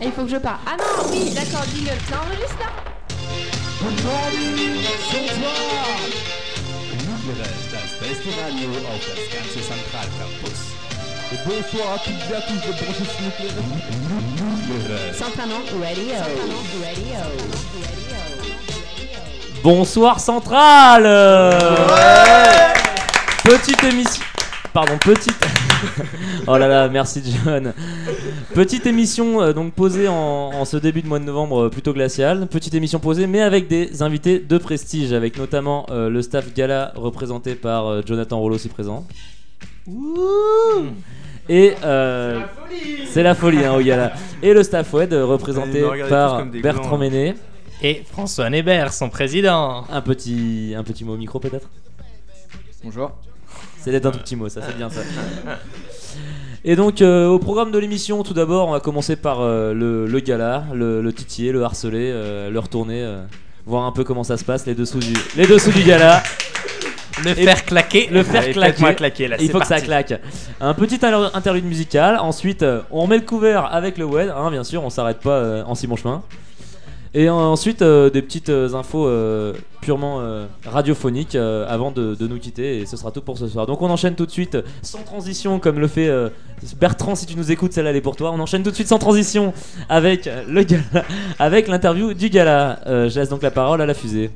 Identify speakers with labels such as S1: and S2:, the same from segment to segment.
S1: Et il faut que je parle. Ah non, oui, d'accord, jingle. Ça enregistre là
S2: Höre das beste Radio auf das ganze Zentralcampus.
S3: Bonsoir à toutes et à tous, de branches sur nucléaires.
S2: Höre
S1: Santana Radio.
S4: Bonsoir Centrale Petite émission... Pardon, petite... oh là là, merci John. Petite émission euh, donc posée en, en ce début de mois de novembre euh, plutôt glacial. Petite émission posée mais avec des invités de prestige, avec notamment euh, le staff gala représenté par euh, Jonathan Rollo si présent. Et euh, c'est la folie, hein, au gala. Et le staff web euh, représenté
S5: Ils me regardent tous
S4: par
S5: comme des
S4: Bertrand
S5: glands, hein. là.
S4: Ménet.
S6: Et François Nébert, son président.
S4: Un petit, un petit mot au micro peut-être
S3: Bonjour.
S4: C'est d'être un tout petit mot, ça c'est bien ça. Et donc euh, au programme de l'émission, tout d'abord, on va commencer par euh, le, le gala, le, le titiller, le harceler, euh, le retourner, euh, voir un peu comment ça se passe, les dessous du, les dessous du gala,
S6: Le
S4: Et-
S6: faire claquer.
S4: le faire
S5: Allez,
S4: claquer.
S5: faites-moi claquer là,
S4: Il
S5: Bah, c'est
S4: faut que ça
S5: parti.
S4: claque. Un petit inter- interlude musical. Ensuite, euh, on met le couvert avec le web. Hein, bien sûr, on s'arrête pas euh, en si bon chemin. Et euh, ensuite, euh, des petites euh, infos euh, purement euh, radiophoniques euh, avant de, de nous quitter. Et ce sera tout pour ce soir. Donc, on enchaîne tout de suite euh, sans transition, comme le fait euh, Bertrand. Si tu nous écoutes, celle-là, elle est pour toi. On enchaîne tout de suite sans transition avec euh, le gala, avec l'interview du gala. Euh, je laisse donc la parole à la fusée.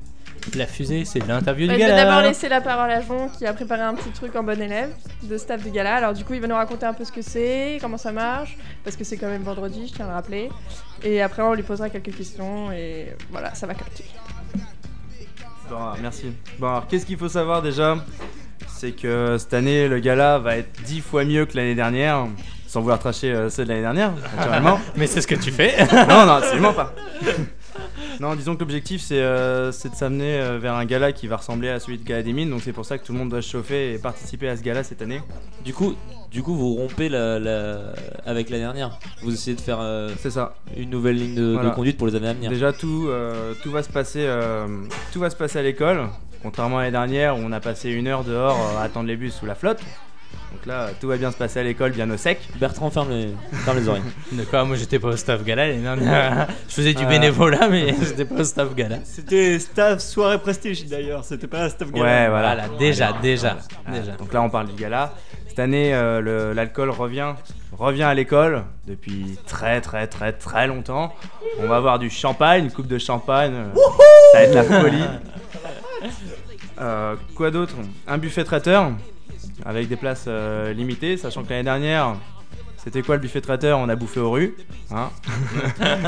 S6: La fusée, c'est l'interview
S1: Je
S6: du
S1: vais d'abord
S6: gala.
S1: laisser la parole à Jon qui a préparé un petit truc en bon élève de staff du gala. Alors du coup, il va nous raconter un peu ce que c'est, comment ça marche, parce que c'est quand même vendredi, je tiens à le rappeler. Et après, on lui posera quelques questions et voilà, ça va claquer.
S5: Bon, alors, merci. Bon, alors, qu'est-ce qu'il faut savoir déjà C'est que cette année, le gala va être 10 fois mieux que l'année dernière. Sans vouloir tracher euh, ceux de l'année dernière, naturellement.
S6: Mais c'est ce que tu fais.
S5: non, non, absolument pas. Non, disons que l'objectif c'est euh, c'est de s'amener euh, vers un gala qui va ressembler à celui de Gala des Mines, donc c'est pour ça que tout le monde doit se chauffer et participer à ce gala cette année.
S4: Du coup, du coup, vous rompez la, la- avec la dernière. Vous essayez de faire euh,
S5: C'est ça.
S4: une nouvelle ligne de, de
S5: Voilà.
S4: conduite pour les années à venir.
S5: Déjà tout, euh, tout va se passer, euh, tout va se passer à l'école. Contrairement à l'année dernière où on a passé une heure dehors euh, à attendre les bus sous la flotte. Donc là, tout va bien se passer à l'école, bien au sec.
S4: Bertrand, ferme les, ferme les oreilles.
S6: De quoi Moi, j'étais pas au staff gala. les nanas. Je faisais du
S5: Ah.
S6: bénévolat, mais j'étais pas au staff gala.
S7: C'était staff soirée prestige d'ailleurs, c'était pas un staff
S5: Ouais,
S7: galère.
S5: voilà.
S6: Voilà, déjà, déjà,
S5: Ah,
S6: déjà.
S5: Donc là, on parle du gala. Cette année, euh, le- l'alcool revient, revient à l'école depuis très très très très longtemps. On va avoir du champagne, une coupe de champagne. euh, ça va être la folie. Euh, quoi d'autre Un buffet traiteur avec des places euh, limitées, sachant que l'année dernière, c'était quoi le buffet traiteur On a bouffé aux rues. hein.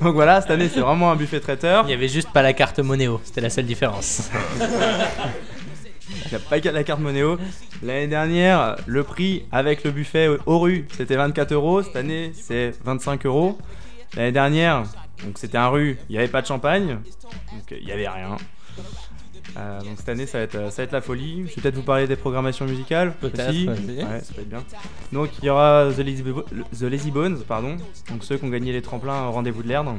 S5: Donc voilà, cette année, c'est vraiment un buffet traiteur.
S6: Il y avait juste pas la carte Monéo, c'était la seule différence.
S5: Il n'y a pas qu'à la carte Monéo. L'année dernière, le prix avec le buffet aux rues, c'était 24 euros. Cette année, c'est 25 euros. L'année dernière, donc c'était un rue, il n'y avait pas de champagne. Donc euh, il n'y avait rien. Euh, donc cette année, ça va, être, euh, ça va être la folie. Je vais peut-être vous parler des programmations musicales.
S6: Peut-être,
S5: aussi.
S6: vas-y.
S5: Ouais, ça peut être bien. Donc il y aura The Lazy, Bo- The Lazy Bones, pardon. Donc ceux qui ont gagné les tremplins au rendez-vous de l'herbe.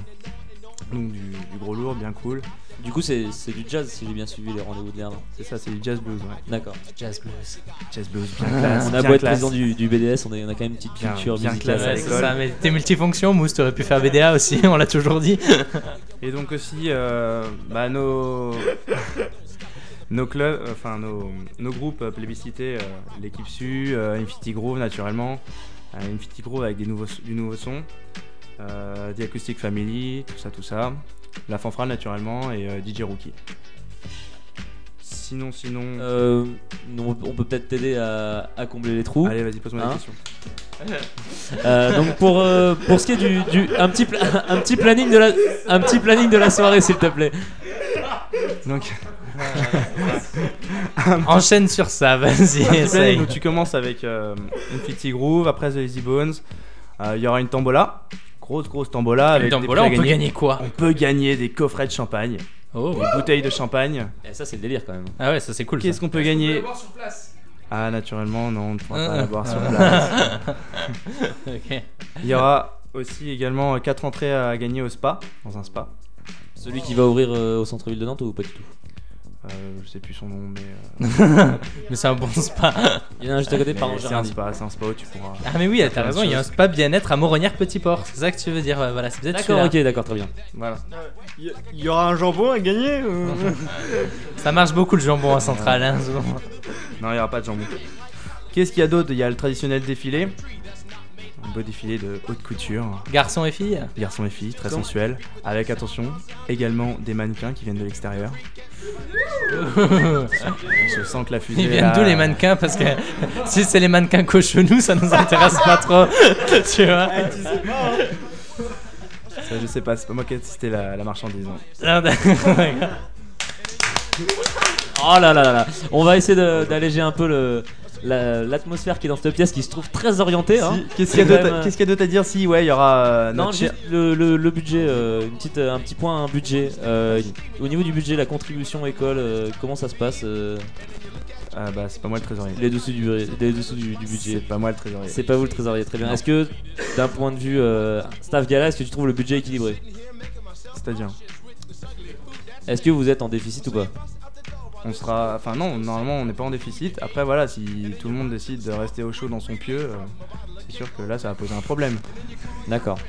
S5: Donc du, du gros lourd, bien cool.
S4: Du coup, c'est c'est du jazz si j'ai bien suivi les rendez-vous de l'herbe.
S5: C'est ça, c'est du jazz blues. Ouais.
S4: D'accord.
S6: Jazz blues.
S5: Jazz blues, bien classe.
S4: Ah, On a
S5: Ah, bien
S4: beau être
S5: classe.
S4: président du, du BDS, on, est- on a quand même une petite
S5: Bien-
S4: culture
S5: bien
S4: musicale.
S5: classe à
S6: Ouais,
S5: l'école.
S6: c'est ça, mais t'es multifonction, Mousse, t'aurais pu faire BDA aussi, on l'a toujours dit.
S5: Et donc aussi, euh, bah, nos, nos clubs, enfin nos, nos groupes euh, plébiscités, euh, l'équipe SU, euh, Infinity Grove naturellement, euh, Infinity Grove avec des nouveaux, du nouveau son, euh, The Acoustic Family, tout ça, tout ça, la fanfare naturellement et euh, DJ Rookie. Sinon, sinon,
S4: Euh, on on peut peut-être t'aider à, à combler les trous.
S5: allez vas-y pose-moi
S4: Hein
S5: des questions.
S4: Euh, donc pour euh, pour ce qui est du, du un petit pla- un petit planning de la un petit planning de la soirée s'il te plaît.
S5: Donc,
S6: Enchaîne sur ça, vas-y,
S5: Play,
S6: essaye.
S5: donc tu commences avec euh, Infinity Groove, après The Easy Bones, euh, il y aura une tambola, grosse grosse tambola avec
S6: Dans
S5: des
S6: voilà, on
S5: prix à
S6: peut
S5: gagner.
S6: gagner quoi
S5: On peut gagner des coffrets de champagne,
S6: Oh,
S5: des bouteilles de champagne.
S4: Et Eh, ça c'est le délire quand même.
S6: ah ouais, ça c'est cool.
S5: Qu'est-ce
S6: ça.
S5: qu'on peut gagner Ah, naturellement, non, on ne pourra pas
S6: Ah.
S5: la boire sur place.
S6: Ok.
S5: Il y aura aussi également 4 entrées à gagner au spa, dans un spa.
S4: Celui qui va ouvrir euh, au centre-ville de Nantes ou pas du tout
S5: Euh, je sais plus son nom, mais. euh,
S6: Mais c'est un bon spa.
S4: Il y en a un juste à côté,
S5: mais
S4: pardon, j'ai
S5: c'est
S4: rien
S5: un
S4: dit.
S5: spa, c'est un spa où tu pourras.
S6: Ah, mais oui, t'as
S5: de
S6: raison, il y a un
S5: choses.
S6: spa bien-être à Moronière Petit Port. C'est ça que tu veux dire, ouais, voilà, c'est peut-être
S4: D'accord,
S6: celui-là.
S4: ok, d'accord, très bien.
S5: Voilà.
S7: Il y, y aura un jambon à gagner ou-
S6: Ça marche beaucoup le jambon à Centrale. hein, souvent.
S5: Non, il n'y aura pas de jambon. Qu'est-ce qu'il y a d'autre Il y a le traditionnel défilé. Un beau défilé de haute couture.
S6: Garçons et filles
S5: Garçons et filles, très
S6: Comme-
S5: sensuel. Avec attention, également des mannequins qui viennent de l'extérieur. On se sent que la fusée.
S6: Ils viennent
S5: là-
S6: d'où les mannequins Parce que si c'est les mannequins cochonous, ça nous intéresse pas trop. tu vois
S5: Ça, je sais pas, c'est pas moi qui ai testé la, la marchandise. hein.
S6: Ah, d'accord.
S4: Oh là là là là. On va essayer de- d'alléger un peu le- la- l'atmosphère qui est dans cette pièce qui se trouve très orientée. hein.
S5: Si- Eh, Qu'est-ce qu'il y a
S4: C'est quand
S5: d'autre à-
S4: même,
S5: qu'est-ce qu'il y a d'autre à dire Si, ouais, il y aura. euh,
S4: Non,
S5: notre
S4: juste le, le- le budget, euh, une petite, un petit point, un budget. Euh, au niveau du budget, la contribution école, euh, comment ça se passe euh,
S5: cher- Ah, bah, c'est pas moi le trésorier.
S4: les dessous, du, les dessous du, du budget
S5: C'est pas moi le trésorier.
S4: C'est pas vous le trésorier, très bien. Est-ce que, d'un point de vue euh, staff gala, est-ce que tu trouves le budget équilibré
S5: C'est-à-dire,
S4: Est-ce que vous êtes en déficit ou pas
S5: on sera. Enfin, non, normalement, on n'est pas en déficit. Après, voilà, si tout le monde décide de rester au chaud dans son pieu, euh, c'est sûr que là, ça va poser un problème.
S4: D'accord.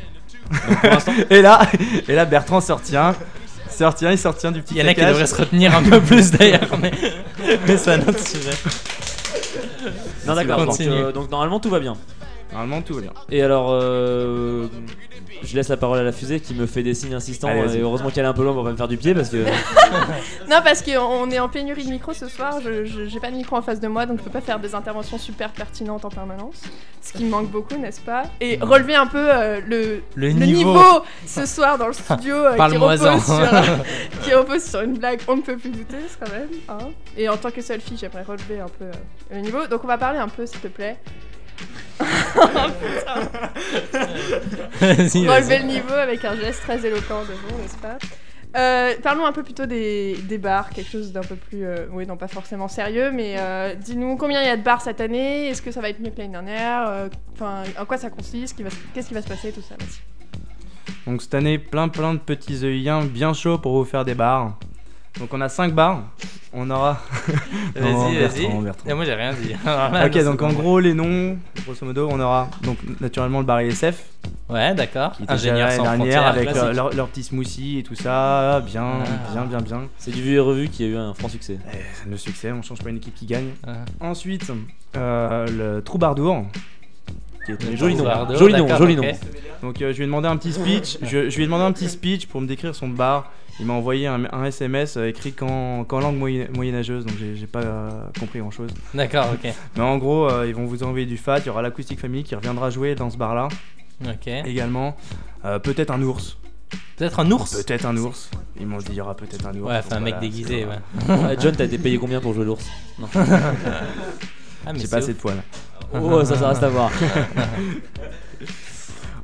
S5: Et là, et là Bertrand sortient. Sortient, il sortient du petit
S6: Il y en a qui
S5: caca.
S6: devraient se retenir un peu plus d'ailleurs, mais, mais c'est un autre sujet.
S4: Non, d'accord. Donc,
S6: Continue.
S4: euh, donc, normalement, tout va bien.
S5: Normalement, tout va bien.
S4: Et alors, euh, je laisse la parole à la fusée qui me fait des signes insistants.
S5: Allez, vas-y.
S4: et heureusement qu'elle est un peu loin pour pas me faire du pied parce que.
S1: Non, parce qu'on est en pénurie de micro ce soir, je- je j'ai pas de micro en face de moi, donc je peux pas faire des interventions super pertinentes en permanence, ce qui me manque beaucoup, n'est-ce pas Et relever un peu euh, le,
S6: Le
S1: le
S6: niveau.
S1: ce soir dans le studio euh, qui,
S6: Parle-moi-en.
S1: repose sur, qui repose sur une blague on ne peut plus douteuse quand même. hein. Et en tant que seule fille, j'aimerais relever un peu euh, le niveau, donc on va parler un peu, s'il te plaît.
S6: Vas-y, vas-y.
S1: relever le niveau avec un geste très éloquent devant, n'est-ce pas Euh, parlons un peu plutôt des, des bars, quelque chose d'un peu plus, euh, oui, non pas forcément sérieux, mais euh, dis-nous combien il y a de bars cette année, est-ce que ça va être mieux que l'année dernière, Euh, enfin en quoi ça consiste, Qui va se- qu'est-ce qui va se passer, tout ça. vas-y.
S5: Donc cette année, plein plein de petits œillens bien chauds pour vous faire des bars. Donc on a 5 bars. On aura. Non,
S6: Vas-y, vas-y.
S5: Bertrand, Bertrand.
S6: Et moi j'ai rien dit. Ah, Alors là,
S5: ok,
S6: non,
S5: donc
S6: c'est
S5: en
S6: bon.
S5: gros, les noms, grosso modo, on aura donc naturellement le bar ISF.
S6: Ouais, d'accord.
S5: qui était
S6: Ingénieur
S5: déjà
S6: sans
S5: l'année
S6: frontières.
S5: dernière avec
S4: classique.
S5: leur, leur- leur petit smoothie et tout ça. Bien,
S6: Ah.
S5: bien, bien, bien.
S4: C'est du vu et revu qui a eu un franc succès.
S5: Le succès, on change pas une équipe qui gagne.
S6: Ah.
S5: Ensuite, euh, le Troubardour. Qui est un
S4: Joli nom.
S6: Bardo,
S4: Joli nom,
S6: d'accord,
S4: joli
S6: ok.
S4: nom.
S5: Donc euh, je lui ai demandé un petit speech. Je, je lui ai demandé un petit speech pour me décrire son bar. Il m'a envoyé un, un SMS euh, écrit qu'en qu'en langue moyen- moyenâgeuse, donc j'ai j'ai pas euh, compris grand chose.
S6: D'accord, ok.
S5: Mais en gros, euh, ils vont vous envoyer du fat. Il y aura l'acoustique family qui reviendra jouer dans ce bar là
S6: Ok.
S5: également. Euh, peut-être un ours.
S6: Peut-être un ours
S5: Peut-être un ours. Ils m'ont dit il y aura peut-être un ours.
S6: Ouais, enfin un
S5: Donc,
S6: mec
S5: voilà,
S6: déguisé,
S5: c'est-
S6: ouais.
S4: Euh, John, t'as été payé combien pour jouer l'ours
S6: Ah, mais
S5: J'ai
S6: c'est
S5: pas assez
S6: ouf.
S5: de poils.
S4: Oh, ça, ça reste à voir.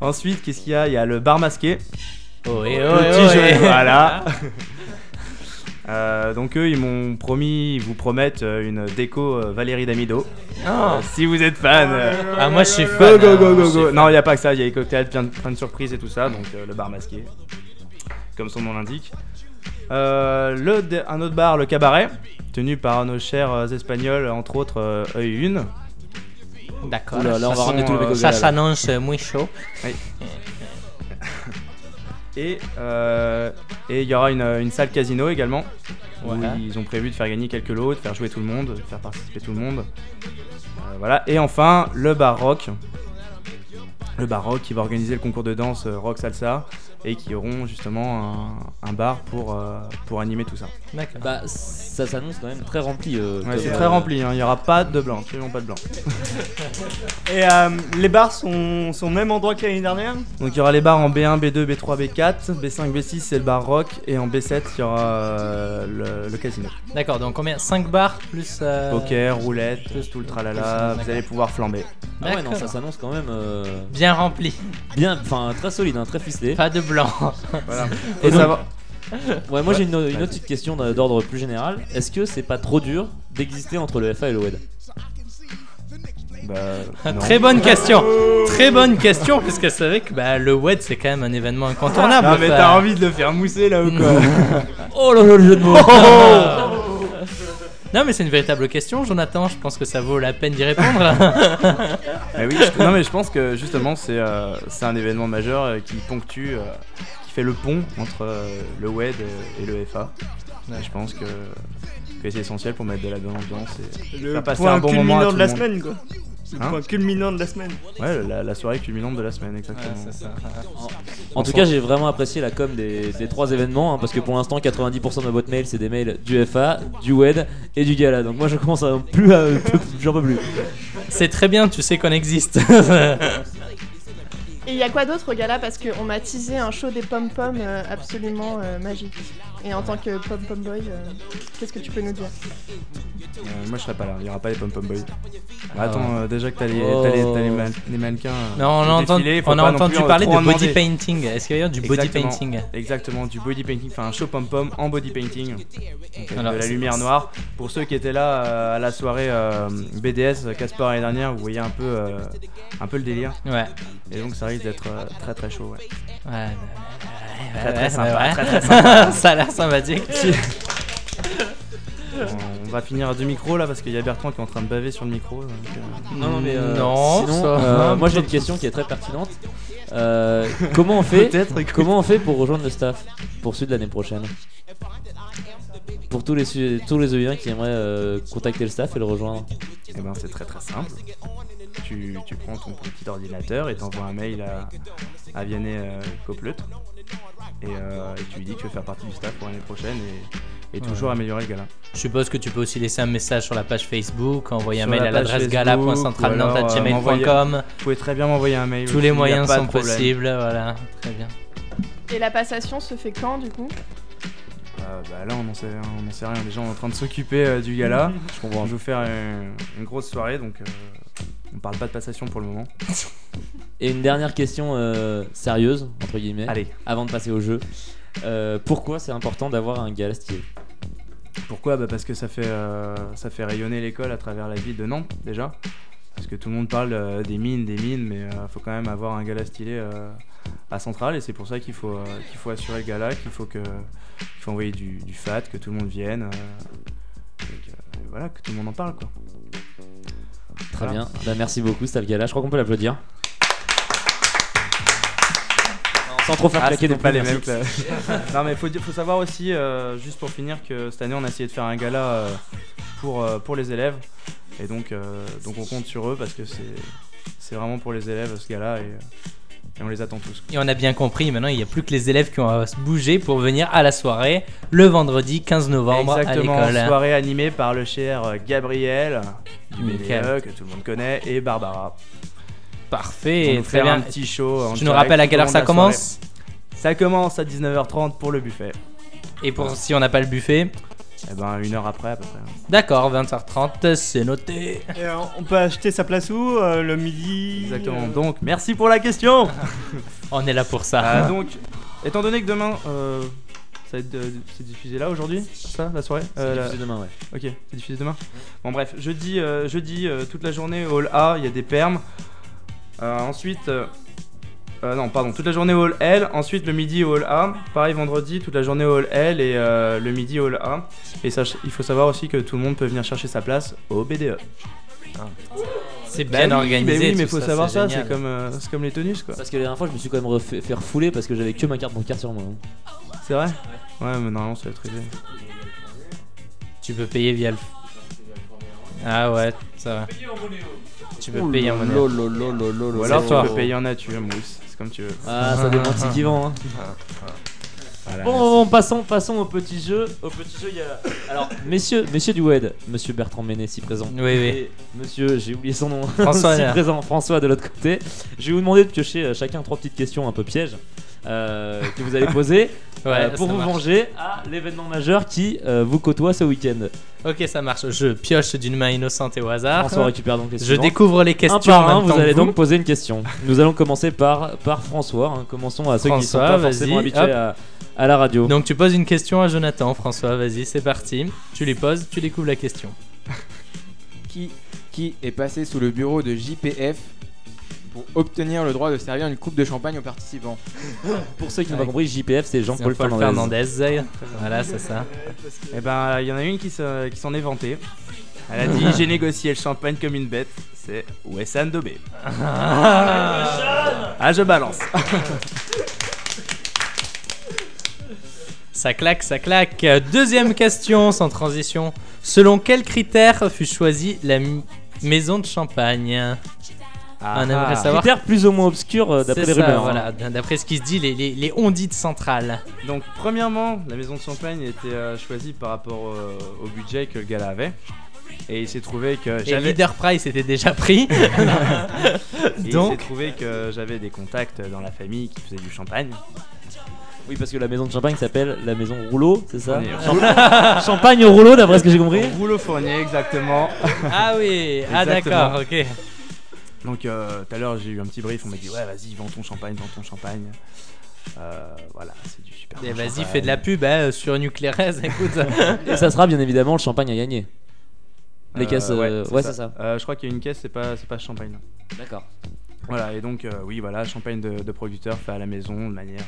S5: Ensuite, qu'est-ce qu'il y a Il y a le bar masqué.
S6: Oh, eh, oh, eh,
S5: Petit
S6: oh,
S5: jeu,
S6: eh.
S5: voilà. Euh, donc eux, ils m'ont promis, ils vous promettent euh, une déco euh, Valérie Damido.
S6: Non.
S5: Si vous êtes fan, euh,
S6: Ah, moi je suis
S5: go
S6: fan.
S5: go go
S6: hein,
S5: go
S6: je suis
S5: go.
S6: fan.
S5: Non, il y a pas que ça, il y a les cocktails, plein de, plein de surprises et tout ça, donc euh, le bar masqué, comme son nom l'indique. Euh, le de- un autre bar, le cabaret, tenu par nos chers euh, Espagnols, entre autres euh, œil une.
S6: D'accord.
S4: Oula, là, on va
S6: Ça
S4: ramener tous les
S6: sent,
S4: mecs au
S6: euh, Ça
S4: gala, là.
S6: s'annonce euh, muy chaud.
S5: Et euh, et il y aura une, une salle casino également. où
S6: Voilà.
S5: ils ont prévu de faire gagner quelques lots, de faire jouer tout le monde, de faire participer tout le monde. Euh, voilà. Et enfin, le bar rock. Le bar rock qui va organiser le concours de danse euh, rock salsa et qui auront justement un, un bar pour, euh, pour animer tout ça.
S6: D'accord.
S4: Bah, ça s'annonce quand même très rempli. euh,
S5: Ouais,
S4: comme,
S5: c'est
S4: euh,
S5: très rempli, hein, il n'y aura pas de blanc, absolument pas de blanc.
S7: Et euh, les bars sont, sont au même endroit que l'année dernière
S5: Donc il y aura les bars en B1, B2, B3, B4, B5, B6 c'est le bar rock et en B7 il y aura euh, le, le casino.
S6: D'accord, donc combien 5 bars plus. euh,
S5: Poker, roulette, tout le tralala, vous allez pouvoir flamber.
S4: Ah ouais, non,
S6: D'accord.
S4: ça s'annonce quand même euh,
S6: Bien rempli,
S4: bien, enfin très solide, hein, très ficelé.
S6: pas de blanc.
S5: Voilà.
S4: Et
S5: Faut
S4: donc-
S5: savoir-
S4: Ouais, moi j'ai une, une autre petite question d'ordre plus général. Est-ce que c'est pas trop dur d'exister entre le FA et le WED
S5: Bah, non.
S6: Ah, Très bonne question. Très bonne question puisque c'est vrai que bah, le WED c'est quand même un événement incontournable.
S5: Non mais
S6: Enfin,
S5: t'as envie de le faire mousser là ou quoi
S4: Oh là là, le jeu de mots
S6: euh, Non, mais c'est une véritable question, Jonathan. Je pense que ça vaut la peine d'y répondre. là.
S5: Mais oui, je- non mais je pense que justement c'est euh, c'est un événement majeur euh, qui ponctue, euh, qui fait le pont entre euh, le WED et, et le FA. Et je pense que, que c'est essentiel pour mettre de la bonne ambiance. Et...
S7: Le
S5: Faire passer
S7: point
S5: un bon moment
S7: culminant
S5: à tout
S7: de
S5: le
S7: la
S5: monde.
S7: semaine, quoi. Le
S5: Hein
S7: point culminant de la semaine.
S5: Ouais, la, la soirée culminante de la semaine, exactement.
S4: En tout cas, j'ai vraiment apprécié la com des, des trois événements hein, parce que pour l'instant, 90% de ma boîte mail c'est des mails du FA, du WED et du Gala. Donc moi, je commence à plus, à- euh, j'en peux plus.
S6: C'est très bien, tu sais qu'on existe.
S1: Et il y a quoi d'autre au gala Parce qu'on m'a teasé un show des pom-pom euh, absolument euh, magique. Et en tant que pom-pom boy, euh, qu'est-ce que tu peux nous dire
S5: Euh, moi je serai pas là, il y aura pas les pom-pom boys.
S6: Ah.
S5: Attends, euh, déjà que t'as les,
S4: Oh.
S5: t'as les, t'as les man- les mannequins. euh,
S6: Non, on a,
S5: qui
S6: entendu,
S5: défilent, faut
S6: on a
S5: pas non
S6: entendu
S5: plus, euh,
S6: parler
S5: trop
S6: de
S5: en
S6: body
S5: demander.
S6: painting. Est-ce qu'il y a du body
S5: Exactement.
S6: painting
S5: Exactement, du body painting, enfin un show pom-pom en body painting. Donc, avec
S6: Alors,
S5: de la
S6: c'est-
S5: lumière noire. Pour ceux qui étaient là euh, à la soirée euh, BDS euh, Caspar l'année dernière, vous voyez un peu, euh, un peu le délire.
S6: Ouais. Ouais,
S5: Et donc ça risque d'être euh, très très chaud. ouais.
S6: ouais,
S5: Très,
S6: ouais,
S5: très
S6: ouais,
S5: sympa,
S6: ouais.
S5: très, très
S6: ça a l'air sympathique.
S5: On, on va finir à deux micros là parce qu'il y a Bertrand qui est en train de baver sur le micro. donc, euh,
S4: Non, non, mais euh,
S6: Non,
S4: sinon,
S6: ça
S4: euh,
S6: va.
S4: moi j'ai une question qui est très pertinente. Euh, comment on fait
S5: Peut-être, écoute.
S4: Comment on fait pour rejoindre le staff pour celui de l'année prochaine Pour tous les su- tous les auditeurs qui aimeraient euh, contacter le staff et le rejoindre.
S5: eh ben, c'est très très simple. Tu, tu prends ton petit ordinateur et t'envoies un mail à, à Vianney euh, Copleutre. Et, euh, et tu lui dis que tu veux faire partie du staff pour l'année prochaine et, et toujours améliorer le gala.
S6: Je suppose que tu peux aussi laisser un message sur la page Facebook, envoyer un
S5: Sur
S6: mail
S5: la
S6: à
S5: page
S6: l'adresse
S5: Facebook, ou alors, euh,
S6: gala.centralnante.gmail.com.
S5: Vous pouvez très bien m'envoyer un mail.
S6: Tous
S5: aussi,
S6: les
S5: y a
S6: moyens
S5: pas de
S6: sont
S5: problème.
S6: possibles. Voilà, très bien.
S1: Et la passation se fait quand du coup
S5: Euh, bah là, on n'en sait, on en sait rien. Déjà, on est en train de s'occuper euh, du gala.
S4: Je
S5: On
S4: comprends.
S5: va vous faire une, une grosse soirée, donc euh, on parle pas de passation pour le moment.
S4: Et une dernière question euh, sérieuse entre guillemets.
S5: Allez,
S4: Avant de passer au jeu, Euh, pourquoi c'est important d'avoir un gala stylé
S5: pourquoi bah Parce que ça fait, euh, ça fait rayonner l'école à travers la ville de Nantes, déjà. Parce que tout le monde parle euh, des mines, des mines, mais euh, faut quand même avoir un gala stylé euh, à Centrale, et c'est pour ça qu'il faut, euh, qu'il faut assurer le gala, qu'il faut, que, qu'il faut envoyer du, du fat, que tout le monde vienne. euh, et que- et voilà, que tout le monde en parle, quoi.
S4: Très
S5: Voilà.
S4: bien. Bah, merci beaucoup Staff Gala. Je crois qu'on peut l'applaudir. Sans trop faire
S5: Ah,
S4: claquer
S5: c'était
S4: non
S5: pas
S4: plus,
S5: les mêmes.
S4: merci.
S5: que- non mais faut, dire- faut savoir aussi, euh, juste pour finir, que cette année on a essayé de faire un gala euh, pour, euh, pour les élèves. Et donc, euh, donc on compte sur eux parce que c'est, c'est vraiment pour les élèves ce gala et, euh, et on les attend tous.
S6: Et on a bien compris, maintenant il n'y a plus que les élèves qui ont à se bouger pour venir à la soirée le vendredi 15 novembre
S5: Exactement,
S6: à l'école.
S5: soirée animée par le cher euh, Gabriel du
S6: Nickel.
S5: BDE que tout le monde connaît et Barbara. Ils vont
S6: Parfait,
S5: nous
S6: très
S5: faire un
S6: bien.
S5: petit show. en
S6: Tu nous
S5: direct
S6: rappelles à
S5: tout
S6: quelle
S5: au
S6: heure
S5: long
S6: ça
S5: de la soirée.
S6: commence
S5: Ça commence à 19h30 pour le buffet.
S6: Et pour si on n'a pas le buffet
S5: Et ben une heure après à peu près.
S6: D'accord, 20h30, c'est noté.
S7: Et, euh, on peut acheter sa place où Euh, Le midi
S5: Exactement.
S7: euh,
S5: Donc merci pour la question.
S6: On est là pour
S5: Ah,
S6: ça.
S5: donc, étant donné que demain, euh, ça va être euh, c'est diffusé là aujourd'hui, ça, la soirée Euh, la-
S4: C'est demain, ouais.
S5: Ok, c'est diffusé demain. Bon bref, jeudi, euh, jeudi euh, toute la journée au hall A, il y a des permes. Euh, ensuite, euh, euh, non pardon, toute la journée au hall L. Ensuite le midi au hall A. Pareil vendredi, toute la journée au hall L et euh, le midi au hall A. Et sach- il faut savoir aussi que tout le monde peut venir chercher sa place au BDE.
S6: C'est
S5: Bah
S6: bien
S5: oui,
S6: organisé.
S5: Mais oui, mais
S6: tout
S5: faut savoir ça,
S6: génial.
S5: c'est comme, euh, c'est comme les tenues quoi.
S4: Parce que la dernière fois, je me suis quand même refait, faire fouler parce que j'avais que ma carte bancaire sur moi. hein.
S5: C'est vrai Ouais, mais normalement ça va être réglé.
S6: Tu peux payer via le. Ah ouais, ça va. Tu peux payer en monnaie.
S5: Ou alors
S6: c'est
S5: tu
S6: fort.
S5: peux payer en nature, mousse, c'est comme tu veux.
S4: Ah, ça dépend de qui qui vend. hein. Bon, passons, passons au petit jeu. Au petit jeu, il y a. Alors, messieurs, messieurs du WED, monsieur Bertrand Ménet, si présent.
S6: Oui, oui.
S4: Et monsieur, j'ai oublié son nom.
S6: François,
S4: si
S6: là.
S4: présent, François de l'autre côté. Je vais vous demander de piocher euh, chacun trois petites questions un peu pièges euh, que vous allez poser euh,
S6: Ouais,
S4: pour
S6: ça
S4: vous
S6: marche.
S4: venger à l'événement majeur qui euh, vous côtoie ce week-end.
S6: Ok, ça marche. Je pioche d'une main innocente et au hasard.
S4: François récupère donc les
S6: Ah, Je
S4: suivantes.
S6: découvre les questions.
S4: Un par
S6: en
S4: un,
S6: même temps
S4: vous
S6: que
S4: allez donc poser une question. Nous allons commencer par, par François. hein. Commençons à ceux qui sont
S6: François,
S4: pas forcément
S6: vas-y,
S4: habitués
S6: hop.
S4: à, à la radio.
S6: Donc tu poses une question à Jonathan, François, vas-y, c'est parti. Tu lui poses, tu découvres la question.
S8: Qui, qui est passé sous le bureau de JPF pour obtenir le droit de servir une coupe de champagne aux participants.
S4: Pour ceux qui n'ont pas compris, JPF c'est Jean-Paul
S6: Paul
S4: Fernandez.
S6: Fernandez. Voilà, c'est ça.
S5: Et ben, il y en a une qui se- qui s'en est vantée. Elle a dit J'ai négocié le champagne comme une bête. C'est Wessan Dobé. Ah, je balance.
S6: Ça claque, ça claque. Deuxième question, sans transition. Selon quels critères fut choisie la m- maison de champagne
S5: Ah,
S6: On aimerait Ah, savoir.
S4: Critère plus ou moins obscur euh, d'après
S6: C'est
S4: les
S6: ça,
S4: rumeurs. hein.
S6: voilà, d'après ce qui se dit, les, les, les ondites centrales.
S5: Donc, premièrement, la maison de champagne était euh, choisie par rapport euh, au budget que le gala avait. Et il s'est trouvé que
S6: Et
S5: j'avais.
S6: Leader Price était déjà pris.
S5: et il s'est
S6: Donc,
S5: trouvé que j'avais des contacts dans la famille qui faisaient du champagne.
S4: Oui, parce que la maison de champagne s'appelle la maison Rouleau, c'est
S6: Ah.
S4: ça
S5: Et-
S4: Champagne au rouleau, d'après ce que j'ai compris.
S5: Rouleau Fournier, exactement.
S6: ah oui, ah
S5: Exactement.
S6: d'accord, ok.
S5: Donc euh, tout à l'heure j'ai eu un petit brief, on m'a dit ouais vas-y vends ton champagne, vends ton champagne. Euh, voilà, c'est du super.
S6: Et
S5: bon
S6: vas-y,
S5: champagne.
S6: fais de la pub hein, sur Nuclear Aise, écoute.
S4: Et ça sera bien évidemment le champagne à gagner. Les
S5: Euh,
S4: caisses, euh, ouais, c'est ça.
S5: Euh, je crois qu'il y a une caisse, c'est pas, c'est pas champagne.
S4: D'accord.
S5: Voilà, et donc euh, oui voilà, champagne de, de producteur fait à la maison de manière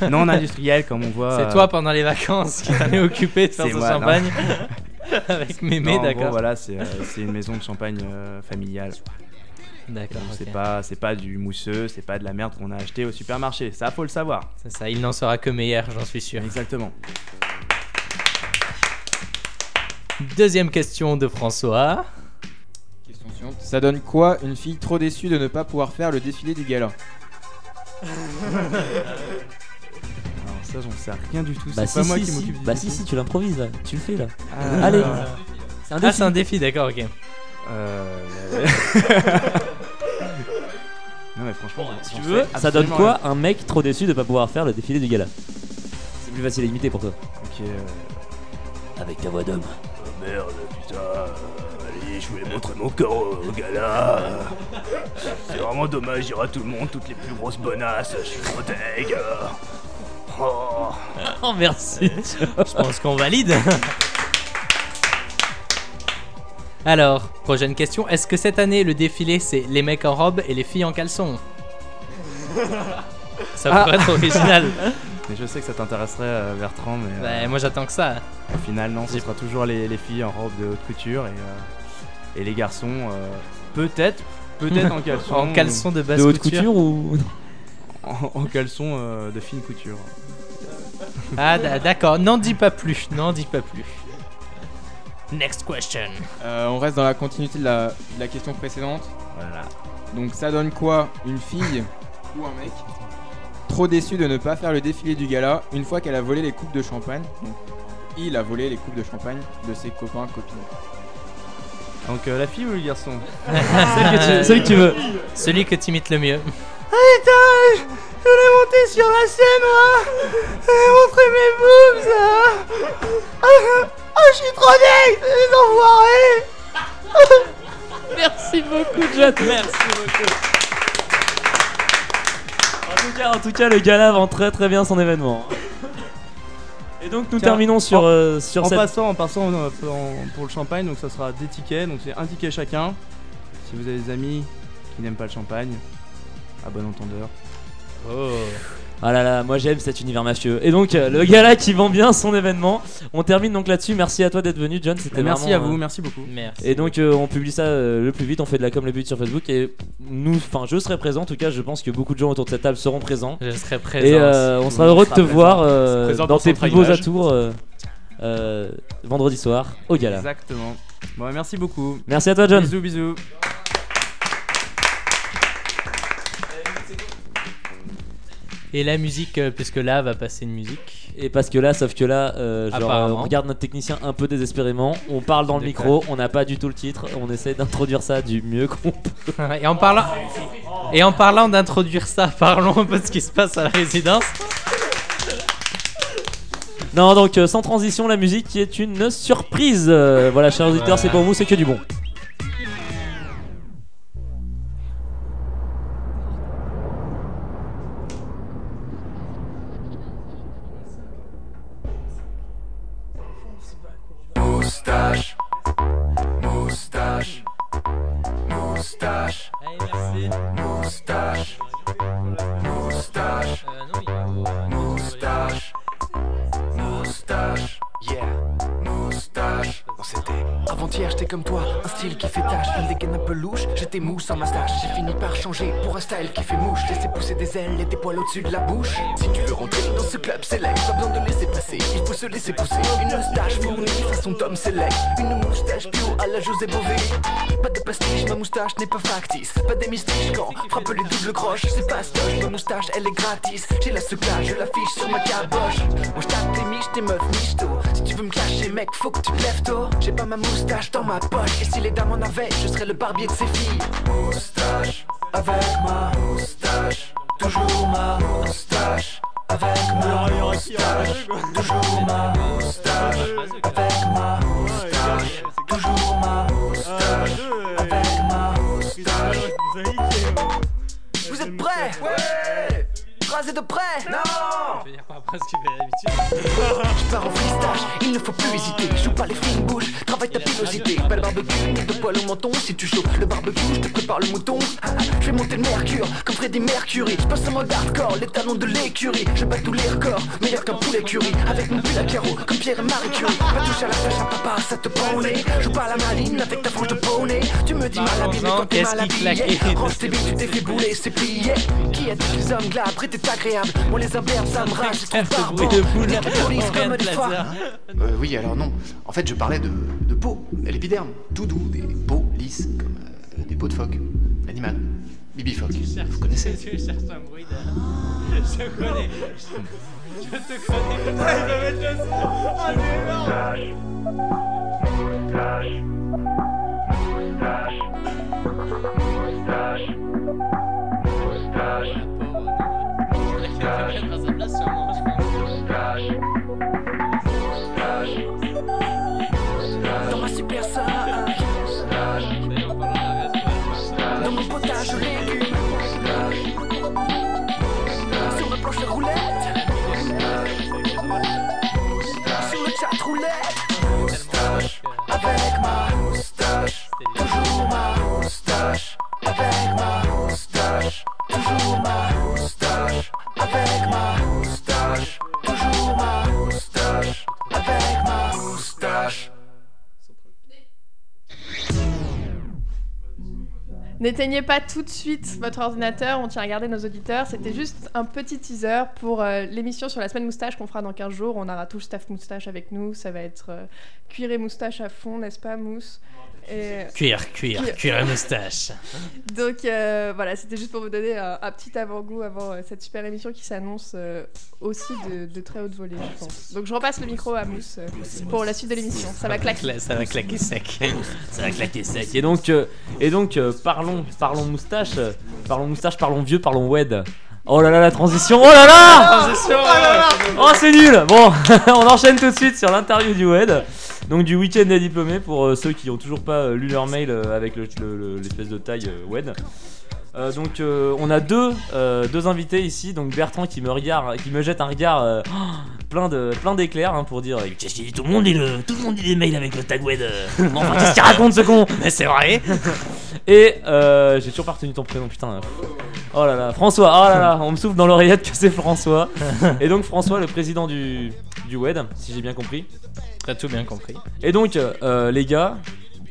S5: euh, non industrielle comme on voit.
S6: C'est
S5: euh,
S6: toi pendant les vacances qui t'en es occupé de faire
S5: C'est
S6: ce
S5: moi, non.
S6: champagne. Avec
S5: euh, non,
S6: mémé,
S5: en gros,
S6: d'accord.
S5: voilà, c'est euh, c'est une maison de champagne euh, familiale. Et
S6: D'accord,
S5: donc,
S6: ok.
S5: C'est pas, c'est pas du mousseux, c'est pas de la merde qu'on a acheté au supermarché. Ça, faut le savoir.
S6: C'est ça, il n'en sera que meilleur, j'en suis sûr.
S5: Exactement.
S6: Deuxième question de François.
S8: Question suivante. Ça donne quoi une fille trop déçue de ne pas pouvoir faire le défilé du gala
S5: Alors ça, j'en sais rien du tout.
S4: Bah
S5: c'est pas
S4: si,
S5: moi
S4: si,
S5: qui
S4: si.
S5: m'occupe. du
S4: Bah
S5: tout.
S4: si, si, tu l'improvises là. Tu le fais là.
S5: Ah,
S4: Allez.
S5: voilà.
S4: C'est un
S6: Ah,
S4: défi.
S6: c'est un défi, d'accord, ok.
S5: Euh... non mais franchement,
S4: Si tu veux, ça donne quoi un mec trop déçu de pas pouvoir faire le défilé du gala C'est plus facile à imiter pour toi.
S5: Ok. euh,
S4: Avec ta voix d'homme.
S2: Merde, putain. Allez, je voulais montrer mon corps au gala. C'est vraiment dommage, il y aura tout le monde, toutes les plus grosses bonasses. Je suis trop deg. Oh.
S4: Oh merci.
S6: Je pense qu'on valide. Alors, prochaine question. Est-ce que cette année, le défilé, c'est les mecs en robe et les filles en caleçon Ça
S4: Ah.
S6: pourrait être original.
S5: Mais je sais que ça t'intéresserait euh, Bertrand, mais euh,
S6: Bah, moi, j'attends que ça.
S5: au final non, ce sera toujours les, les filles en robe de haute couture et, euh, et les garçons euh, peut-être, peut-être en caleçon.
S6: En caleçon de basse
S4: Hmm. De haute
S6: couture.
S4: couture ou
S5: En, en caleçon euh, de fine couture.
S6: Ah, d- d'accord. N'en dis pas plus. N'en dis pas plus. Next question.
S8: Euh, On reste dans la continuité de la, de la question précédente.
S5: Voilà.
S8: Donc ça donne quoi une fille ou un mec trop déçu de ne pas faire le défilé du gala une fois qu'elle a volé les coupes de champagne Donc, Il a volé les coupes de champagne de ses copains copines.
S5: Donc euh, la fille ou le garçon
S4: Celui que tu- celui que tu veux.
S6: Celui que t'imites le mieux.
S4: Merci beaucoup, John. Merci beaucoup. En tout cas, en tout cas, le gala vend très très bien son événement. Et donc nous
S5: Tiens,
S4: terminons sur,
S5: en-
S4: euh, sur
S5: En
S4: cette.
S5: passant, en passant euh, en- pour le champagne, donc ça sera des tickets, donc c'est un ticket chacun. Si vous avez des amis qui n'aiment pas le champagne, à bon entendeur.
S6: Oh.
S4: Ah là là, moi j'aime cet univers mafieux. Et donc euh, le gala qui vend bien son événement. On termine donc là-dessus. Merci à toi d'être venu, John. C'était
S5: Merci à
S4: vraiment,
S5: vous,
S4: euh,
S5: merci beaucoup.
S6: Merci.
S4: Et donc euh, on publie ça euh, le plus vite, on fait de la com le plus vite sur Facebook et nous, enfin je serai présent en tout cas, je pense que beaucoup de gens autour de cette table seront présents.
S6: Je serai présent.
S4: Et euh, on sera heureux de te voir euh,
S7: Présent
S4: dans
S7: pour
S4: tes
S7: son
S4: plus beaux
S7: trailage.
S4: atours euh, euh, vendredi soir au gala.
S5: Exactement. Bon, bah, merci beaucoup.
S4: Merci à toi John.
S5: Bisous, bisous.
S6: Et la musique, euh, puisque là va passer une musique.
S4: Et parce que là, sauf que là, euh, genre,
S6: Apparemment.
S4: euh, on regarde notre technicien un peu désespérément, on parle dans le
S6: Décale.
S4: micro, on n'a pas du tout le titre, on essaie d'introduire ça du mieux qu'on peut.
S6: Et en parlant, et en parlant d'introduire ça, parlons un peu de ce qui se passe à la résidence.
S4: Non, donc euh, sans transition, la musique qui est une surprise. Euh, voilà, chers auditeurs, c'est pour vous, c'est que du bon.
S6: Allez,
S9: On s'était avant-hier, j'étais comme toi, un style qui fait tache, une dégaine un peu louche, j'étais mou sans moustache. J'ai fini par changer pour un style qui fait mouche, laisser pousser des ailes et des poils au-dessus de la bouche. Si tu veux rentrer dans ce club select, pas besoin de laisser passer, il faut se laisser pousser. Une moustache fournie façon Tom Select, une moustache bio à la José Bové. Pas de pastiche, ma moustache n'est pas factice, pas des mystiques quand frappe les doubles croches, c'est pastoche, ma moustache elle est gratis. J'ai la seclage, je l'affiche sur ma caboche. Moi je tape tes miches, tes meufs, michto. Si tu veux me clasher, mec, faut que tu te lèves tôt. J'ai pas ma moustache dans ma poche. Et si les dames en avaient, je serais le barbier de ces filles. Moustache, avec ma moustache. Toujours ma moustache, avec ma moustache. Toujours ma moustache, avec ma moustache. Toujours ma moustache, avec ma moustache. Vous êtes prêts? Ouais! Rasez de près? Non! Je pars en freestage, il ne faut plus hésiter. Joue pas les fines bouches, travaille ta pilosité. Pas le barbecue, ni de poil au menton. Si tu chauffes le barbecue, je te prépare le mouton. Ah, ah, Je vais monter le mercure, comme Freddy Mercury. Je passe en mode hardcore, les talons de l'écurie. Je bats tous les records, meilleur qu'un poulet curry. Avec mon pull à carreaux, comme Pierre et Marie Curie. Pas toucher à la tâche à papa, ça te pend au nez. Joue pas à la maline avec ta frange de poney. Tu me dis mal habillé
S6: Parlons-en,
S9: quand t'es
S6: qu'est-ce
S9: mal
S6: qui
S9: habillé.
S6: claquait
S9: Range tes billes, tu t'es fait bouler, c'est plié. Qui a dit que les hommes glabres étaient agréables Moi les imberbes, ça me rage, c'est trop barbant. Les polices comme des fois.
S10: Euh, oui, alors non. En fait, je parlais de, de peau, l'épiderme, tout doux, des peaux lisses, comme euh, des peaux de phoque, l'animal. Bibi phoque. Vous connaissez
S9: Dans ma super sac Dans mon potage aux légumes Sur ma planche de roulette Sur le chat roulette Avec ma moustache Toujours ma moustache Avec ma moustache Toujours ma moustache Avec ma moustache Toujours ma moustache Avec ma moustache
S1: N'éteignez pas tout de suite votre ordinateur, on tient à garder nos auditeurs. C'était juste un petit teaser pour euh, l'émission sur la semaine moustache qu'on fera dans 15 jours. On aura tout le staff moustache avec nous. Ça va être euh, cuir et moustache à fond, n'est-ce pas, Mousse Et
S6: Cuir, cuir,
S1: Cuir.
S6: cuir et moustache.
S1: donc euh, voilà, c'était juste pour vous donner un, un petit avant-goût avant euh, cette super émission qui s'annonce euh, aussi de, de très haute volée, je pense. Donc je repasse le micro à Mousse euh, pour la suite de l'émission. Ça va claquer.
S6: Cla- Ça va claquer sec. Ça va claquer sec.
S4: Et donc, euh, et donc euh, parlons, parlons moustache, euh, parlons moustache, parlons vieux, parlons wed. Oh là là, la transition, oh là là Oh c'est nul Bon, on enchaîne tout de suite sur l'interview du WED. Donc du week-end des diplômés pour euh, ceux qui ont toujours pas euh, lu leur mail euh, avec le- le- le- l'espèce de taille euh, WED. Euh, donc euh, on a deux, euh, deux invités ici, donc Bertrand qui me regarde, qui me jette un regard euh, plein de plein d'éclairs hein, pour dire euh, Qu'est-ce qu'il dit tout le monde lit le- tout le monde lit les mails avec le tag WED. euh. Enfin qu'est-ce qu'il raconte ce con
S6: Mais c'est vrai.
S4: et euh, j'ai toujours pas retenu ton prénom, putain. Oh là là, François, oh là là, on me souffle dans l'oreillette que c'est François. Et donc François, le président du, du WED, si j'ai bien compris.
S6: T'as tout bien compris.
S4: Et donc, euh, les gars,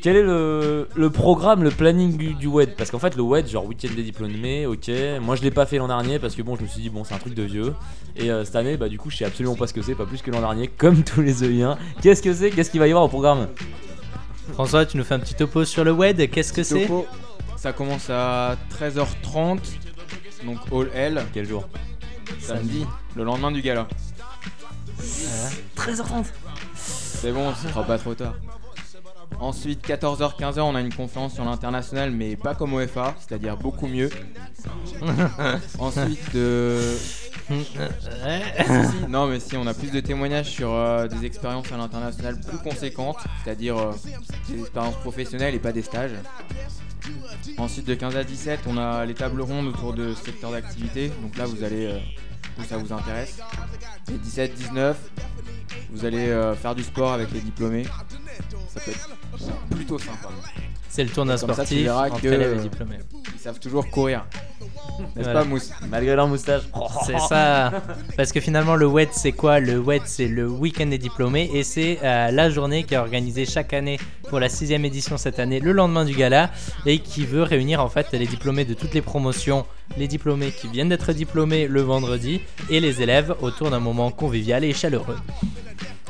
S4: quel est le, le programme, le planning du, du WED Parce qu'en fait, le WED, genre week-end des diplômés, ok. Moi, je l'ai pas fait l'an dernier parce que bon, je me suis dit, bon, c'est un truc de vieux. Et euh, cette année, bah, du coup, je sais absolument pas ce que c'est, pas plus que l'an dernier, comme tous les œillens. Qu'est-ce que c'est Qu'est-ce qu'il va y avoir au programme
S6: François, tu nous fais un petit topo sur le WED. Qu'est-ce que c'est
S8: Topo, ça commence à 13h30, donc All L,
S4: Quel jour
S8: samedi, le lendemain du gala.
S6: 13h30.
S8: C'est bon, ce sera pas trop tard. Ensuite, 14h, 15h, on a une conférence sur l'international, mais pas comme au FA, c'est-à-dire beaucoup mieux. Ensuite, de... Si, non mais si on a plus de témoignages sur euh, des expériences à l'international plus conséquentes, c'est-à-dire euh, des expériences professionnelles et pas des stages. Ensuite de 15 à 17 on a les tables rondes autour de secteurs d'activité, donc là vous allez euh, où ça vous intéresse. Et 17-19 vous allez euh, faire du sport avec les diplômés. Ça peut être plutôt sympa.
S6: C'est le tournoi
S8: Comme ça, tu
S6: sportif.
S8: verras
S6: entre
S8: que-
S6: élèves et diplômés.
S8: Ils savent toujours courir. N'est-ce
S6: Voilà.
S8: pas, Mousse
S4: Malgré leur moustache.
S6: C'est ça. Parce que finalement, le WED, c'est quoi Le WED, c'est le week-end des diplômés. Et c'est euh, la journée qui est organisée chaque année pour la sixième édition cette année, le lendemain du gala. Et qui veut réunir en fait les diplômés de toutes les promotions, les diplômés qui viennent d'être diplômés le vendredi et les élèves autour d'un moment convivial et chaleureux.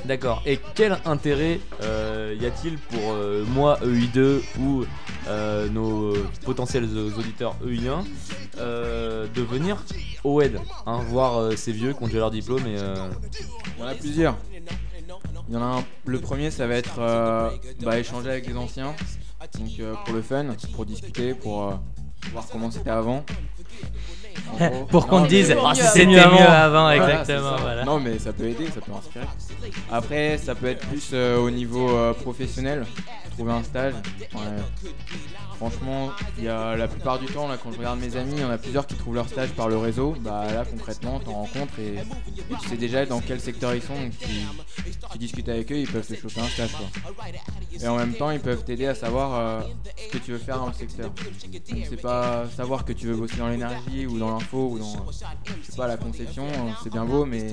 S4: D'accord. Et quel intérêt euh, y a-t-il pour euh, moi EI2 ou euh, nos potentiels auditeurs EI1 euh, de venir au WED hein, Voir euh, ces vieux qui ont déjà leur diplôme et. euh,
S8: Il y en a plusieurs. Il y en a un- Le premier, ça va être euh, bah, échanger avec les anciens. Donc euh, pour le fun, pour discuter, pour euh, voir comment c'était avant. En gros.
S6: Pour qu'on
S8: Non,
S6: te dise,
S8: Oh, mais-
S6: Ah, c'était mieux avant. Voilà,
S8: c'est
S6: exactement,
S8: ça.
S6: voilà.
S8: Non, mais ça peut aider, ça peut inspirer. Après, ça peut être plus euh, au niveau euh, professionnel, trouver un stage. Ouais. Franchement, il y a la plupart du temps, là, quand je regarde mes amis, il y en a plusieurs qui trouvent leur stage par le réseau. Bah là, concrètement, t'en rencontres et, et tu sais déjà dans quel secteur ils sont. Donc, tu, tu discutes avec eux, ils peuvent te choper un stage. quoi. Et en même temps, ils peuvent t'aider à savoir euh, ce que tu veux faire dans le secteur. Donc, c'est pas savoir que tu veux bosser dans l'énergie ou dans l'info ou dans, euh, je sais pas, la conception, euh, c'est bien beau, mais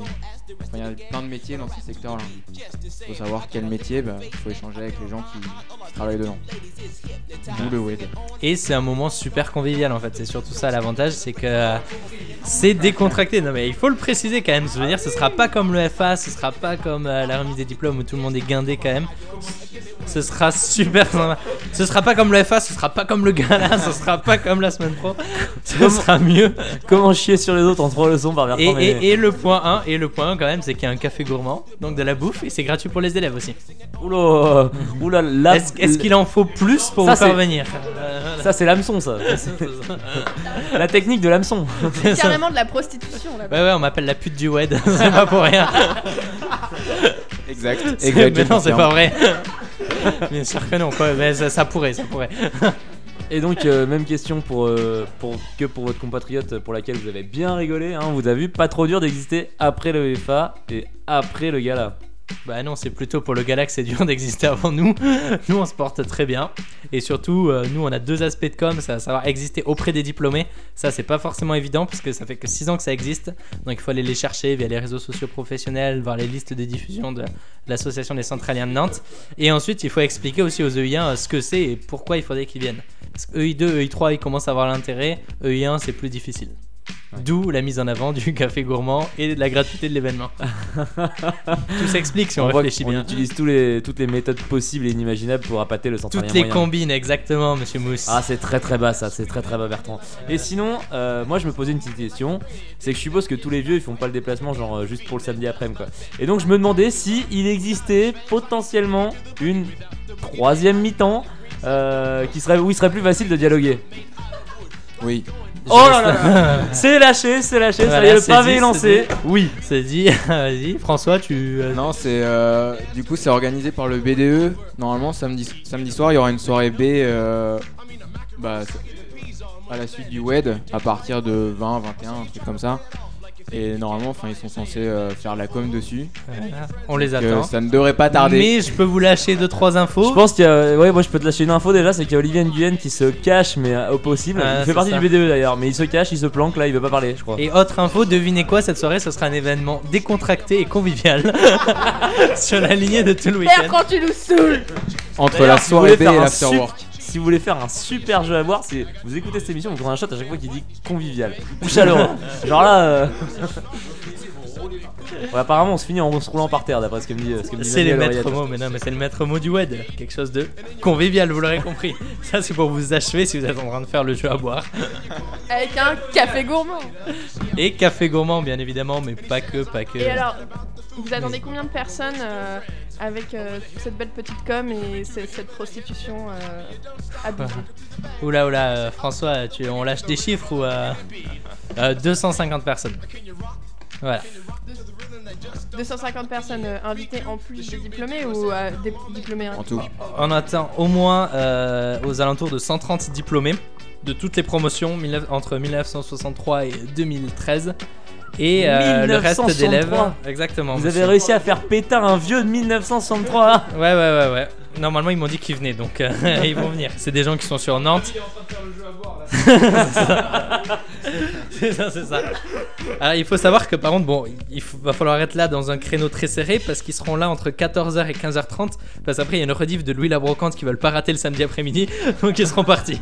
S8: enfin, il y a plein de métiers dans ce secteur-là. Faut savoir quel métier, bah, faut échanger avec les gens qui, qui travaillent dedans. D'où le web.
S6: Et c'est un moment super convivial en fait. C'est surtout ça l'avantage, c'est que euh, c'est décontracté. Non mais il faut le préciser quand même. Je veux dire, ce sera pas comme le FA, ce sera pas comme euh, la remise des diplômes où tout le monde est guindé quand même. Ce sera super sympa. Ce sera pas comme le FA, ce sera pas comme le gala, ce sera pas comme la semaine pro. Ce
S4: Comment-
S6: sera mieux.
S4: Comment chier sur les autres en trois leçons par
S6: Et,
S4: Bertrand mais-
S6: et- et le point 1, et le point 1 quand même, c'est qu'il y a un café gourmand, donc de la bouffe, et c'est gratuit pour les élèves aussi.
S4: Oula, oula, là.
S6: Est-ce- est-ce qu'il en faut plus pour
S4: Ah, Ça,
S6: vous faire
S4: c'est-
S6: venir
S4: Ça, c'est l'hameçon, ça. la technique de l'hameçon.
S1: C'est carrément de la prostitution là-bas.
S6: Ouais, ouais, on m'appelle la pute du WED, c'est pas pour rien.
S8: Exact,
S6: C'est-
S8: exact,
S6: Mais
S8: je
S6: non, c'est
S8: confirme.
S6: pas vrai. Bien sûr que non, quoi, mais ça, ça pourrait, ça pourrait.
S4: Et donc, euh, même question pour, euh, pour, que pour votre compatriote pour laquelle vous avez bien rigolé. Hein, on vous a vu, pas trop dur d'exister après le FA et après le gala.
S6: Bah non, c'est plutôt pour le gala que c'est dur d'exister avant nous. Nous, on se porte très bien. Et surtout, euh, nous, on a deux aspects de com, ça, à savoir exister auprès des diplômés. Ça, c'est pas forcément évident parce que ça fait que 6 ans que ça existe. Donc, il faut aller les chercher via les réseaux sociaux professionnels, voir les listes de diffusion de l'association des centraliens de Nantes. Et ensuite, il faut expliquer aussi aux E EI1 euh, ce que c'est et pourquoi il faudrait qu'ils viennent. Parce que E EI2, EI3, ils commencent à avoir l'intérêt. EI1, c'est plus difficile. D'où la mise en avant du café gourmand et de la gratuité de l'événement. Tout s'explique si on,
S4: voit
S6: réfléchit
S4: qu'on
S6: bien.
S4: utilise tous les, toutes les méthodes possibles et inimaginables pour appâter le centralien
S6: Toutes les
S4: moyen.
S6: combines, exactement, monsieur Mousse.
S4: Ah, c'est très très bas ça, c'est très très bas Bertrand. Et sinon, euh, moi je me posais une petite question, c'est que je suppose que tous les vieux ils font pas le déplacement genre euh, juste pour le samedi après-midi quoi. Et donc je me demandais si il existait potentiellement une troisième mi-temps euh, qui serait où il serait plus facile de dialoguer.
S8: Oui.
S4: Oh là là, c'est lâché, c'est lâché, ça y est, le pavé est lancé. Oui.
S6: C'est dit, vas-y, François, tu. euh,
S8: Non, c'est euh, du coup c'est organisé par le BDE. Normalement samedi samedi soir il y aura une soirée B euh, bah, c'est- à la suite du WED à partir de 20, 21, un truc comme ça. Et normalement, enfin ils sont censés euh, faire la com dessus.
S6: Voilà, on les
S8: Donc,
S6: attend.
S8: euh, ça ne devrait pas tarder.
S6: Mais je peux vous lâcher 2-3 infos.
S4: Je pense qu'il y a. Ouais, moi je peux te lâcher une info déjà, c'est qu'il y a Olivier Nguyen qui se cache, mais euh, au possible.
S6: Ah,
S4: il
S6: c'est
S4: fait partie
S6: ça.
S4: du BDE d'ailleurs, mais il se cache, il se planque là, il veut pas parler, je crois.
S6: Et autre info, devinez quoi, cette soirée, ce sera un événement décontracté et convivial sur la lignée de tout le
S1: Père,
S6: week-end.
S1: quand tu nous saoules
S8: Entre
S4: D'ailleurs,
S8: la
S4: si vous voulez
S8: soirée B et
S4: faire un
S8: l'afterwork.
S4: sup- Si vous voulez faire un super jeu à boire, c'est vous écoutez cette émission, vous prenez un shot à chaque fois qui dit convivial ou chaleureux. Genre là. euh, ouais, apparemment, on se finit en se roulant par terre, d'après ce que me dit. euh, ce que me dit
S6: C'est le
S4: Daniel
S6: maître
S4: Auriette.
S6: mot, mais non, mais c'est le maître mot du WED. Quelque chose de convivial, vous l'aurez compris. Ça, c'est pour vous achever si vous êtes en train de faire le jeu à boire.
S1: avec un café gourmand.
S6: Et café gourmand, bien évidemment, mais pas que, pas que.
S1: Et alors, vous attendez combien de personnes euh, avec euh, cette belle petite com et ce- cette prostitution euh, abusée
S6: Oula, oula, euh, François, tu, on lâche des chiffres ou. euh, euh, 250 personnes. Voilà.
S1: 250 personnes euh, invitées en plus des diplômés ou euh, des diplômés hein
S8: En tout.
S6: On attend au moins euh, aux alentours de 130 diplômés de toutes les promotions 19 entre 1963 et 2013. Et euh, le reste
S4: 1963.
S6: d'élèves. Exactement.
S4: Vous avez
S6: monsieur.
S4: réussi à faire péter un vieux de 1963 là
S6: Ouais, ouais, ouais, ouais. Normalement, ils m'ont dit qu'ils venaient, donc euh, ils vont venir. C'est des gens qui sont sur Nantes. c'est ça, c'est ça. Alors, il faut savoir que par contre, bon, il faut- va falloir être là dans un créneau très serré parce qu'ils seront là entre 14h et 15h30. Parce qu'après, il y a une rediff de Louis Labrocante qui veulent pas rater le samedi après-midi, donc ils seront partis.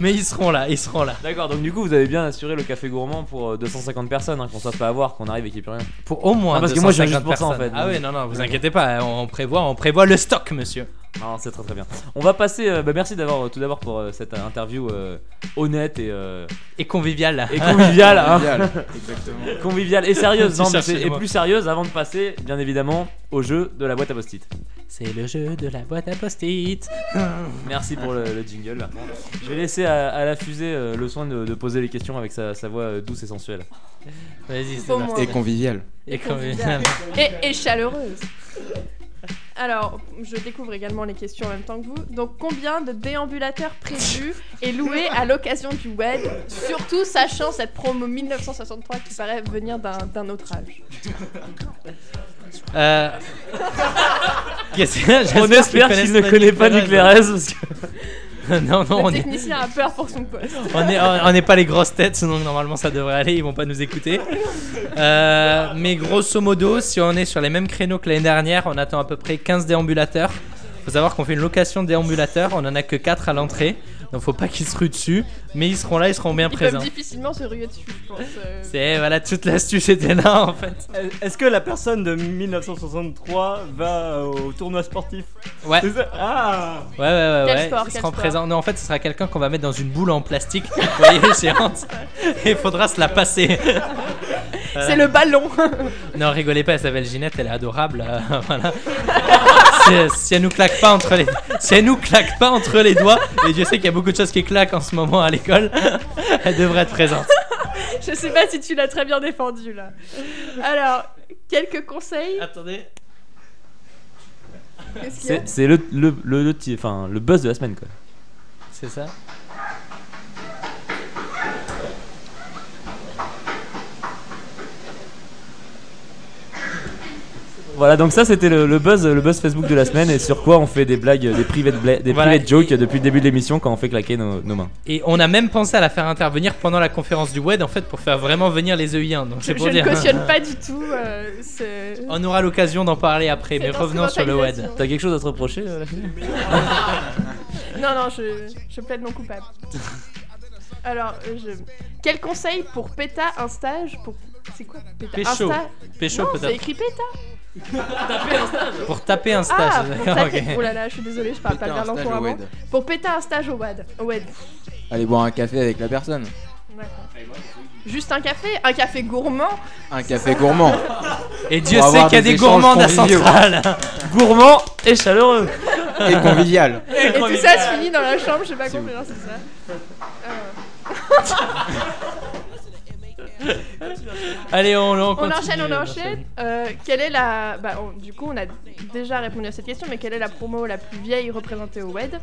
S6: Mais ils seront là, ils seront là.
S4: D'accord, donc du coup, vous avez bien assuré le café gourmand pour euh, 250 personnes, hein, qu'on soit pas avoir, qu'on arrive et qu'il n'y ait plus rien.
S6: Pour au moins.
S4: Ah, parce que moi, je viens juste
S6: 250
S4: pour ça en fait.
S6: personnes. Ah oui, non, non, vous inquiétez pas, hein, on prévoit, on prévoit le stock, monsieur.
S4: Non, c'est très très bien. On va passer. euh, bah, merci d'avoir euh, tout d'abord pour euh, cette euh, interview euh, honnête et euh,
S6: Et convivial.
S4: et conviviale, hein.
S8: Convivial, exactement.
S4: Conviviale et sérieuse,
S6: Tu
S4: non, mais
S6: cherchais
S4: c'est-
S6: le
S4: et
S6: mot.
S4: plus sérieuse avant de passer, bien évidemment, au jeu de la boîte à post-it.
S6: C'est le jeu de la boîte à post-it.
S4: Merci pour le, le jingle. Là. Je vais laisser à, à la fusée euh, le soin de, de poser les questions avec sa, sa voix euh, douce et sensuelle.
S6: Vas-y, c'est
S1: Au
S6: parti.
S1: moins.
S8: Et convivial.
S6: Et
S1: convivial.
S6: convivial.
S1: Et, et chaleureuse. Alors, je découvre également les questions en même temps que vous. Donc, combien de déambulateurs prévus et loués à l'occasion du web Surtout sachant cette promo 1963 qui paraît venir d'un d'un autre âge.
S6: Euh... Qu'est-ce que- j'espère
S4: On
S6: qu'ils
S4: espère
S6: connaissent
S4: qu'il ne
S6: notre
S4: connaît pas
S6: nucléaire.
S4: Nuclérez parce que
S6: non, non, on
S1: Le
S6: est,
S1: technicien a peur pour son poste.
S6: on est, on n'est pas les grosses têtes, donc normalement ça devrait aller, ils vont pas nous écouter. Euh, mais grosso modo, si on est sur les mêmes créneaux que l'année dernière, on attend à peu près 15 déambulateurs. Faut savoir qu'on fait une location de déambulateurs, on en a que 4 à l'entrée, donc faut pas qu'ils se ruent dessus, mais ils seront là, ils seront bien
S1: Ils
S6: présents.
S1: peuvent difficilement se ruer dessus, je pense. euh.
S6: C'est voilà toute l'astuce était là en fait.
S7: Euh, Est-ce que la personne de 1963 va au tournoi sportif
S6: Ouais.
S7: C'est ça Ah
S6: Ouais, ouais, ouais.
S1: Quel
S6: ouais.
S1: sport,
S6: Ils
S1: quel
S6: seront
S1: sport
S6: présents. Non, en fait, ce sera quelqu'un qu'on va mettre dans une boule en plastique, vous voyez, géante. Et il faudra se la passer. euh,
S1: C'est le ballon.
S6: Non, rigolez pas, elle s'appelle Ginette, elle est adorable. euh, voilà. si, si elle nous claque pas entre les, si elle nous claque pas entre les doigts, et Dieu sait qu'il y a beaucoup de choses qui claquent en ce moment à l'école, elle devrait être présente.
S1: je sais pas si tu l'as très bien défendu là. Alors, quelques conseils.
S6: Attendez. Ah,
S1: Qu'est-ce qu'il y a
S4: c'est c'est le, le, le, le ti- enfin, le buzz de la semaine. Quoi.
S6: C'est ça.
S4: Voilà, donc ça c'était le, le buzz, le buzz Facebook de la semaine et sur quoi on fait des blagues, des private, bla- des
S6: Voilà.
S4: private jokes depuis le début de l'émission quand on fait claquer nos, nos mains.
S6: Et on a même pensé à la faire intervenir pendant la conférence du WED en fait pour faire vraiment venir les EI1. Donc
S1: Je,
S6: c'est pour
S1: je ne
S6: dire. hein.
S1: cautionne pas du tout euh, ce.
S6: On aura l'occasion d'en parler après,
S1: cette
S6: mais revenons sur le WED.
S1: instrumentalisation.
S4: T'as quelque chose à te reprocher euh, la fusée
S1: Non, non, je, je plaide non coupable. Alors, euh, je... quel conseil pour PETA un stage pour... C'est quoi PETA
S6: Pécho.
S1: Un stage
S6: Pécho
S1: Non, c'est
S6: peut-être.
S1: écrit PETA.
S6: Pour taper un stage.
S1: Ah, pour
S6: d'accord,
S1: taper-
S6: ok.
S1: Oh là là, je suis désolée, je parle pas
S8: Péter
S1: bien
S8: un stage au
S1: l'encouragement.
S8: WED.
S1: Pour PETA un stage au WAD. Au WED.
S8: Allez boire un café avec la personne.
S1: D'accord. Juste un café Un café gourmand
S8: Un café gourmand.
S6: Et Dieu
S8: Pour
S6: sait
S8: avoir
S6: qu'il y a
S8: des
S6: des
S8: échanges
S6: gourmands à la
S8: conviviaux.
S6: centrale.
S4: Gourmand et chaleureux
S8: Et convivial.
S1: Et tout ça se finit dans la chambre, j'ai pas compris, hein, c'est ça.
S6: Euh. Allez, on, on
S1: On
S6: continue.
S1: enchaîne, on enchaîne. Euh, quelle est la. Bah, on- du coup, on a déjà répondu à cette question, mais quelle est la promo la plus vieille représentée au WED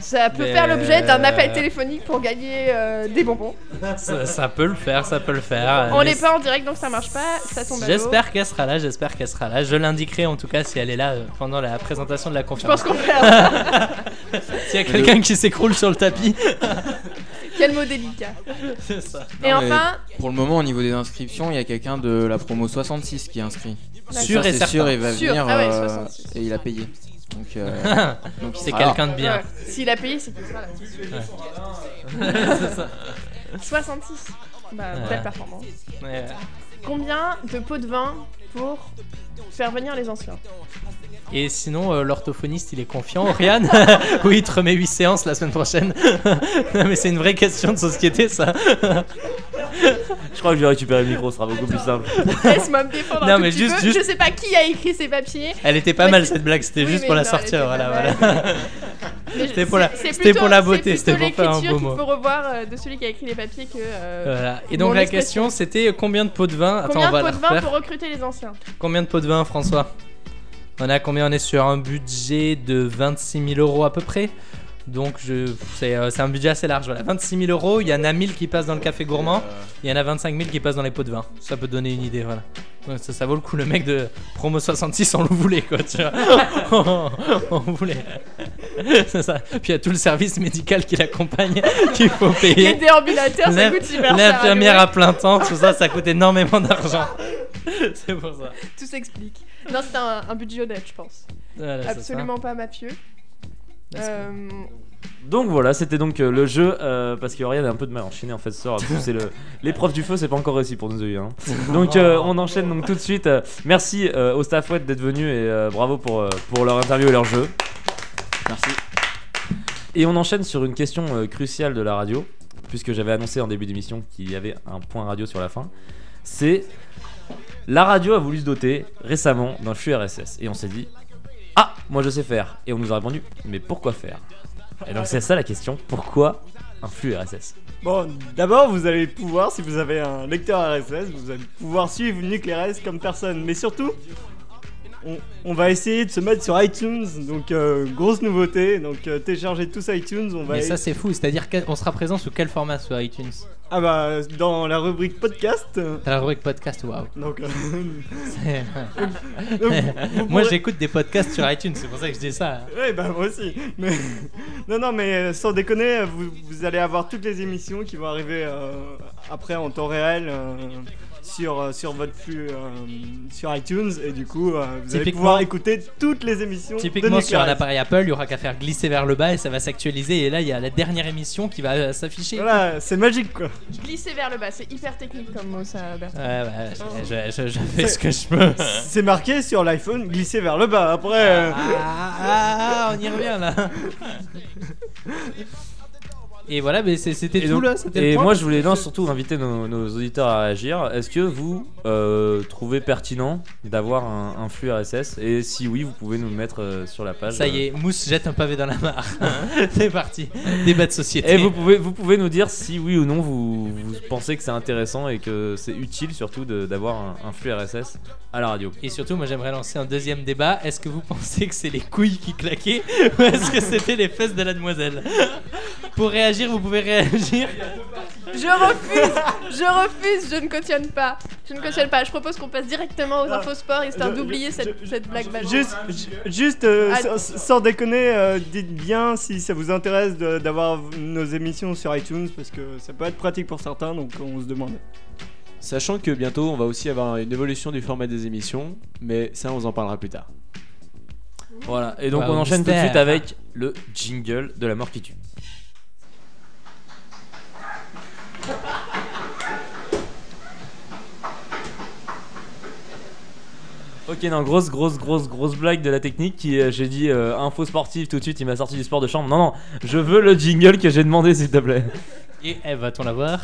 S1: Ça peut
S6: Mais- euh,
S1: faire l'objet d'un appel téléphonique pour gagner euh, des bonbons.
S6: Ça, ça peut le faire, ça peut le faire.
S1: on
S6: Ah, Mais-
S1: n'est pas en direct donc ça marche pas, ça tombe à l'eau.
S6: J'espère qu'elle sera là, j'espère qu'elle sera là. Je l'indiquerai en tout cas si elle est là euh, pendant la présentation de la
S1: Je
S6: conférence.
S1: pense qu'on perd.
S6: S'il y a quelqu'un qui s'écroule sur le tapis,
S1: Quel mot délicat.
S6: c'est ça.
S1: Et
S8: Non, mais-
S1: enfin,
S8: Pour le moment, au niveau des inscriptions, il y a quelqu'un de la promo 66 qui est inscrit.
S6: Sûr
S8: Ça,
S6: et
S8: c'est
S6: certain.
S8: sûr, il va
S1: Sûr.
S8: venir
S1: Ah ouais,
S8: euh,
S1: 66.
S8: et il a payé. Donc, euh, donc il
S6: C'est
S8: sera là.
S6: quelqu'un de bien.
S1: ouais, euh, s'il a payé, c'est qu'il sera là. 66. Bah,
S6: Ouais.
S1: belle performance.
S6: Ouais.
S1: Combien de pots de vin pour faire venir les anciens
S6: Et sinon, euh, l'orthophoniste, il est confiant, Oriane Oui, il te remet 8 séances la semaine prochaine. non, mais c'est une vraie question de société, ça.
S4: Je crois que je vais récupérer le micro, ce sera beaucoup plus simple.
S1: Laisse-moi me défendre. un
S6: Non,
S1: tout
S6: mais
S1: petit
S6: juste-
S1: peu.
S6: juste-
S1: Je sais pas qui a écrit ces papiers.
S6: Elle était pas
S1: Ouais,
S6: mal
S1: c'est-
S6: cette blague, c'était
S1: Oui,
S6: juste
S1: mais
S6: pour la
S1: non, elle
S6: sortir,
S1: était
S6: voilà,
S1: pas mal.
S6: voilà.
S1: Mais
S6: C'était
S1: je-
S6: pour la-
S1: c'est- c'est
S6: c'était
S1: plutôt-
S6: pour la beauté,
S1: c'est
S6: c'était
S1: plutôt
S6: pour faire un
S1: l'écriture
S6: beau
S1: qu'il
S6: mot.
S1: faut revoir euh, de celui qui a écrit les papiers que. euh,
S6: Voilà. Et donc
S1: Mon
S6: la
S1: expression.
S6: question c'était euh, combien de pots de vin Attends,
S1: Combien
S6: on va
S1: de
S6: la
S1: pots de vin
S6: refaire.
S1: pour recruter les anciens
S6: Combien de pots de vin, François On a combien On est sur un budget de 26 000 euros à peu près. Donc je... c'est euh, c'est un budget assez large. Voilà, 26 000 euros. Il y en a 1000 qui passent dans le café gourmand. Il y en a 25 000 qui passent dans les pots de vin. Ça peut donner une idée, voilà. Ouais, Ça, ça vaut le coup, le mec de promo 66, on le voulait quoi, tu vois. on, on voulait. C'est ça. Puis il y a tout le service médical qui l'accompagne, qu'il faut
S1: Les
S6: payer.
S1: déambulateurs, ça
S6: L'inf-
S1: coûte super cher. à
S6: L'infirmière
S1: louer.
S6: à plein temps, tout ça, ça coûte énormément d'argent. C'est pour ça.
S1: Tout s'explique. Non, c'est un, un budget honnête, je pense.
S6: Voilà, c'est ça.
S1: Absolument pas mafieux. Euh,
S4: Donc voilà, c'était donc euh, le jeu, euh, parce qu'Auriane a un peu de mal à enchaîner en fait ce soir. parce que c'est le- L'épreuve du feu, c'est pas encore réussi pour nous deux. hein. Donc euh, on enchaîne donc tout de suite. euh, merci euh, aux staffouettes d'être venus et euh, bravo pour, euh, pour leur interview et leur jeu.
S8: Merci.
S4: Et on enchaîne sur une question euh, cruciale de la radio, puisque j'avais annoncé en début d'émission qu'il y avait un point radio sur la fin. C'est la radio a voulu se doter récemment d'un flux RSS et on s'est dit ah moi je sais faire et on nous a répondu mais pourquoi faire Et donc c'est ça la question pourquoi un flux RSS
S7: Bon, d'abord, vous allez pouvoir, si vous avez un lecteur RSS, vous allez pouvoir suivre Nuclear S comme personne. Mais surtout, on, on va essayer de se mettre sur iTunes. Donc, euh, grosse nouveauté. Donc, euh, téléchargez tous iTunes. On va
S6: Mais
S7: essayer-
S6: ça, c'est fou. C'est-à-dire qu'on sera présent sous quel format sur iTunes
S7: Ah bah, dans la rubrique podcast. euh,
S6: T'as la rubrique podcast, waouh.
S7: Donc, euh,
S6: C'est-
S7: donc, vous- vous
S6: Moi,
S7: pourrez-
S6: j'écoute des podcasts sur iTunes, c'est pour ça que je dis ça.
S7: Ouais, bah moi aussi. Mais... Non, non, mais euh, sans déconner, euh, vous, vous allez avoir toutes les émissions qui vont arriver euh, après en temps réel euh, sur, euh, sur votre flux euh, sur iTunes. Et du coup, euh, vous allez
S6: Typiquement-
S7: pouvoir écouter toutes les émissions. de
S6: Typiquement sur un
S7: Nuclear S.
S6: appareil Apple, il y aura qu'à faire glisser vers le bas et ça va s'actualiser. Et là, il y a la dernière émission qui va euh, s'afficher.
S7: Voilà, c'est magique quoi.
S1: glisser vers le bas, c'est hyper technique comme mot, ça, Bertrand.
S6: Ouais, ouais, je, je- je- je fais ce que je peux.
S7: C'est marqué sur l'iPhone, glisser vers le bas. Après, euh,
S6: Ah, ah, on y revient là. Et voilà, mais c'est- c'était
S4: Et
S6: tout
S4: donc-
S6: là. c'était le
S4: Et
S6: point.
S4: moi, je voulais non, surtout inviter nos, nos auditeurs à réagir. Est-ce que vous euh, trouvez pertinent d'avoir un, un flux RSS Et si oui, vous pouvez nous le mettre euh, sur la page.
S6: Ça y est, Mousse jette un pavé dans la mare. c'est parti. Débat de société.
S4: Euh, Et vous pouvez, vous pouvez nous dire si oui ou non vous, vous pensez que c'est intéressant et que c'est utile surtout de- d'avoir un, un flux RSS à la radio.
S6: Et surtout, moi j'aimerais lancer un deuxième débat. Est-ce que vous pensez que c'est les couilles qui claquaient ou est-ce que c'était les fesses de la demoiselle Pour réagir, vous pouvez réagir.
S1: Je refuse, je refuse, je ne cautionne pas. Je ne cautionne pas. Je propose qu'on passe directement aux
S7: Ah,
S1: infos sport histoire
S7: je-
S1: d'oublier
S7: je-
S1: cette,
S7: je-
S1: cette blague bâche.
S7: Juste, ju- juste euh,
S1: Ah.
S7: sans, sans déconner, euh, dites bien si ça vous intéresse de- d'avoir nos émissions sur iTunes parce que ça peut être pratique pour certains, donc on se demande.
S11: Sachant que bientôt on va aussi avoir une évolution du format des émissions, mais ça on en parlera plus tard.
S4: Voilà. Et donc
S6: Wow,
S4: on enchaîne tout de
S6: mystère.
S4: suite avec le jingle de la mort qui tue. Ok, non, grosse, grosse, grosse, grosse blague de la technique qui, euh, j'ai dit euh, info sportive tout de suite, il m'a sorti du sport de chambre. Non, non, je veux le jingle que j'ai demandé, s'il te plaît.
S6: Et eh, va-t-on la voir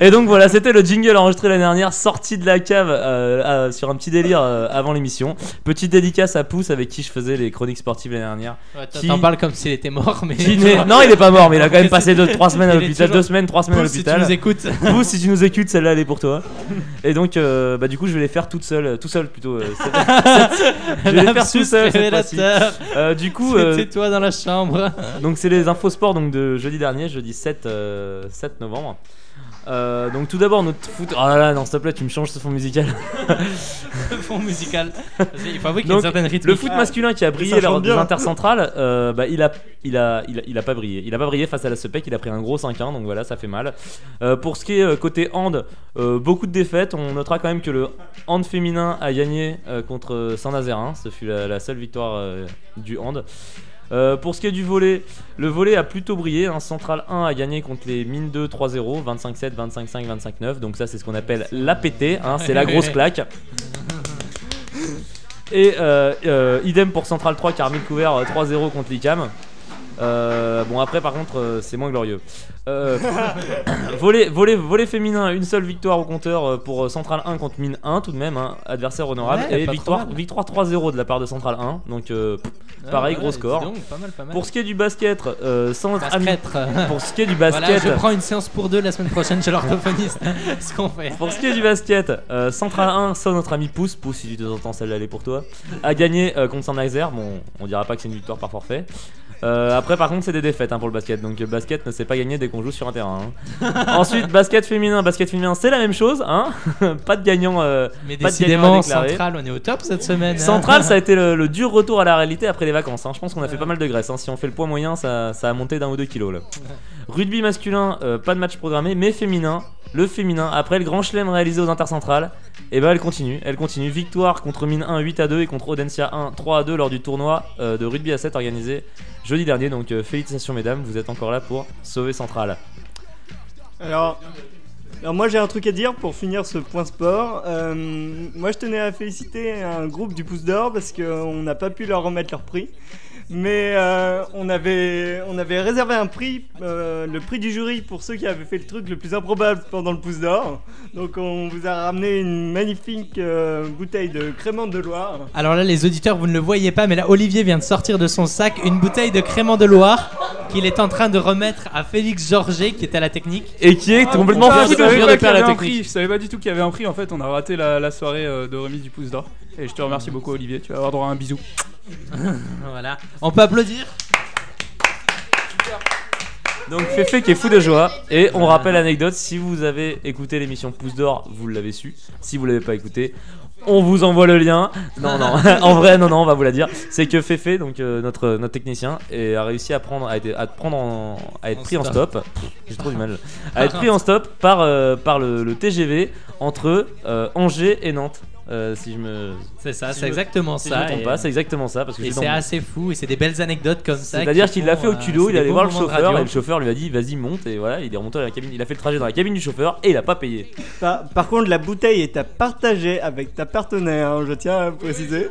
S4: Et donc voilà, c'était le jingle enregistré l'année dernière, sorti de la cave euh, euh, sur un petit délire euh, avant l'émission. Petite dédicace à Pouce avec qui je faisais les chroniques sportives l'année dernière.
S6: Ouais, toi,
S4: Qui-
S6: T'en parles comme s'il était mort, mais.
S4: Qui n'est- Non, il est pas mort, mais il a quand même passé 3 semaines à
S6: Il est
S4: l'hôpital.
S6: toujours-
S4: 2 semaines, 3 semaines à
S6: Paul, si tu
S4: l'hôpital.
S6: nous écoutes.
S4: Pouce, si tu nous écoutes, celle-là elle est pour toi. Et donc, euh, bah, du coup, je vais les faire toute seule, euh, tout seul plutôt. euh, cette- cette- je vais les faire tout
S6: Lapsus
S4: seul cette fois-ci.
S6: révélateur.
S4: Euh, du coup, euh,
S6: C'était toi dans la chambre.
S4: donc c'est les infos sport donc de jeudi dernier, jeudi 7, euh, 7 novembre. Euh, donc tout d'abord notre foot. Ah là là, non, s'il te plaît, tu me changes ce fond musical.
S6: Fond musical. Il faut avouer qu'il y a une
S4: Donc,
S6: certaine rythme.
S4: Le foot masculin qui a brillé
S7: ça
S4: lors
S7: chante
S4: des
S7: bien.
S4: intercentrales, euh, bah, il, a, il, a, il, a, il a pas brillé. Il a pas brillé face à la SEPEC, il a pris un gros 5-1, donc voilà, ça fait mal. Euh, pour ce qui est euh, côté hand, euh, beaucoup de défaites. On notera quand même que le hand féminin a gagné euh, contre Saint-Nazaire. hein. Ce fut la, la seule victoire euh, du hand. Euh, pour ce qui est du volet, le volet a plutôt brillé. hein. Central 1 a gagné contre les Mines 2 3-0, 25-7, 25-5, 25-9. Donc ça, c'est ce qu'on appelle l'APT. Hein, c'est la grosse claque. Et euh, euh, idem pour Central 3 qui a remis le couvert euh, 3-0 contre l'ICAM. Euh, Euh, bon, après, par contre, euh, c'est moins glorieux. Euh, volet, volet, volet féminin, une seule victoire au compteur euh, pour euh, Central 1 contre Mine 1, tout de même, hein, adversaire honorable.
S6: Ouais,
S4: et
S6: pas trop
S4: victoire,
S6: mal.
S4: victoire 3-0 de la part de Central 1. Donc, euh, pff,
S6: Ouais,
S4: pareil,
S6: Ah, ouais,
S4: gros
S6: dis
S4: score.
S6: donc, pas mal, pas mal.
S4: Pour ce qui est du basket, euh, sans
S6: Basket.
S4: ami- Pour ce qui est du basket.
S6: Voilà, je prends une séance pour deux la semaine prochaine chez l'orthophoniste. ce qu'on fait.
S4: Pour ce qui est du basket, euh, Central 1, sans notre ami Pouce, Pouce si tu entends celle-là elle est pour toi, a gagné euh, contre Saint-Naxer. Bon, on dira pas que c'est une victoire par forfait. Euh, après, par contre, c'est des défaites hein, pour le basket. Donc, le basket ne sait pas gagner dès qu'on joue sur un terrain. hein. Ensuite, basket féminin. Basket féminin, c'est la même chose. Hein pas de gagnant. euh,
S6: Mais
S4: pas de gagnant
S6: décidément,
S4: à déclarer.
S6: Central, on est au top cette semaine. hein.
S4: Central, ça a été le, le dur retour à la réalité après les vacances. hein. Je pense qu'on a fait pas mal de graisse. hein. Si on fait le poids moyen, ça, ça a monté d'un ou deux kilos. Là. Rugby masculin, euh, pas de match programmé, mais féminin. Le féminin, après le grand chelem réalisé aux intercentrales, et ben elle continue. Elle continue. Victoire contre Mine 1 8 à 2 et contre Audencia 1 3 à 2 lors du tournoi euh, de rugby à 7 organisé jeudi dernier. Donc euh, félicitations mesdames, vous êtes encore là pour sauver Central.
S7: Alors, alors moi j'ai un truc à dire pour finir ce point sport. Euh, moi je tenais à féliciter un groupe du Pouce d'Or parce qu'on n'a pas pu leur remettre leur prix. Mais euh, on, avait, on avait réservé un prix, euh, le prix du jury pour ceux qui avaient fait le truc le plus improbable pendant le Pouce d'Or. Donc on vous a ramené une magnifique euh, bouteille de crémante de Loire.
S6: Alors là, les auditeurs, vous ne le voyez pas, mais là, Olivier vient de sortir de son sac une bouteille de crément de Loire qu'il est en train de remettre à Félix Georget, qui est à la technique.
S4: Et qui est
S12: Ah, putain, je savais pas qu'il y avait un prix, Je savais pas du tout qu'il y avait un prix. En fait, on a raté la, la soirée euh, de remise du pouce d'or. Et je te remercie beaucoup, Olivier. Tu vas avoir droit à un bisou.
S6: voilà. On peut applaudir.
S4: Donc Féfé qui est fou de joie et on rappelle l'anecdote si vous avez écouté l'émission Pouce d'or vous l'avez su si vous l'avez pas écouté on vous envoie le lien non non en vrai non non on va vous la dire c'est que Féfé donc euh, notre notre technicien et a réussi à prendre à être, à te prendre en- à être
S6: En
S4: pris en
S6: stop.
S4: stop Pff, j'ai trop du mal à être pris en stop par euh, par le, le TGV entre euh, Angers et Nantes Euh, si je me
S6: C'est ça,
S4: si
S6: c'est
S4: je me-
S6: exactement
S4: si
S6: ça,
S4: je me
S6: et,
S4: trompe pas c'est exactement ça parce que
S6: Et
S4: j'étais
S6: c'est
S4: dans-
S6: assez fou et c'est des belles anecdotes comme ça.
S4: c'est-à-dire
S6: qui
S4: qu'il l'a
S6: font,
S4: fait au
S6: euh,
S4: culot,
S6: c'est
S4: il
S6: des
S4: allait
S6: bons
S4: voir le
S6: moments de
S4: chauffeur
S6: radio.
S4: et le chauffeur lui a dit vas-y monte et voilà il est remonté dans la cabine, il a fait le trajet dans la cabine du chauffeur et il a pas payé.
S7: Par, par contre, la bouteille est à partager avec ta partenaire, hein, je tiens à préciser.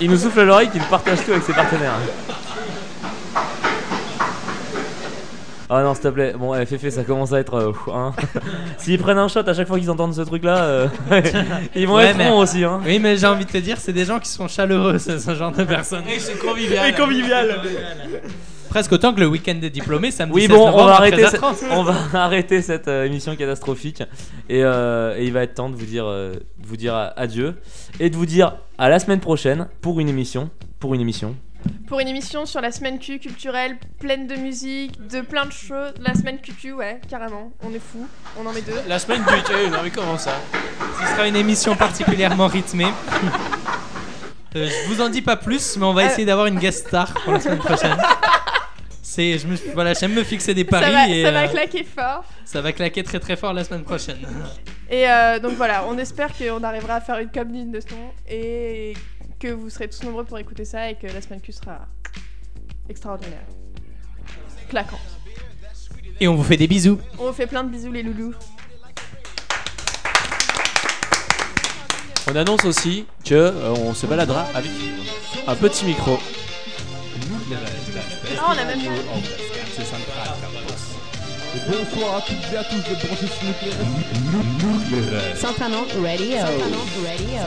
S4: il nous souffle à l'oreille qu'il partage tout avec ses partenaires. Ah non s'il te plaît, bon eh, Féfé ça commence à être... euh, pff, hein. S'ils prennent un shot à chaque fois qu'ils entendent ce truc là, ils vont
S6: Ouais,
S4: être
S6: mais-
S4: bons aussi. Hein.
S6: Oui, mais j'ai envie de te dire, c'est des gens qui sont chaleureux, ce, ce genre de personnes. Et c'est convivial.
S7: Et convivial.
S6: Presque autant que le week-end des diplômés, samedi
S4: Oui
S6: 16
S4: bon, on
S6: novembre,
S4: va,
S6: à
S4: arrêter
S6: 13h30.
S4: cette, on va arrêter cette euh, émission catastrophique et, euh, et il va être temps de vous dire, euh, de vous dire euh, adieu et de vous dire à la semaine prochaine pour une émission, pour une émission.
S1: Pour une émission sur la semaine Q culturelle, pleine de musique, de plein de choses. La semaine QQ, ouais, carrément. On est fou. On en met deux.
S12: La semaine du Dieu, non mais comment ça
S6: Ce sera une émission particulièrement rythmée. Euh, je vous en dis pas plus, mais on
S1: Euh.
S6: va essayer d'avoir une guest star pour la semaine prochaine. C'est, je me, voilà, j'aime me fixer des paris
S1: ça va,
S6: et
S1: ça va
S6: euh,
S1: claquer fort.
S6: ça va claquer très très fort la semaine prochaine.
S1: Et euh, donc voilà, on espère qu'on arrivera à faire une com digne de ce nom et que vous serez tous nombreux pour écouter ça et que la semaine Q sera extraordinaire. Claquante.
S6: Et on vous fait des bisous.
S1: On vous fait plein de bisous les loulous.
S11: On annonce aussi que euh, on se baladera avec un petit micro.
S1: Ah, on a même pas-
S3: Bonsoir à toutes et à tous de brancher sur le
S13: Central Radio. Radio.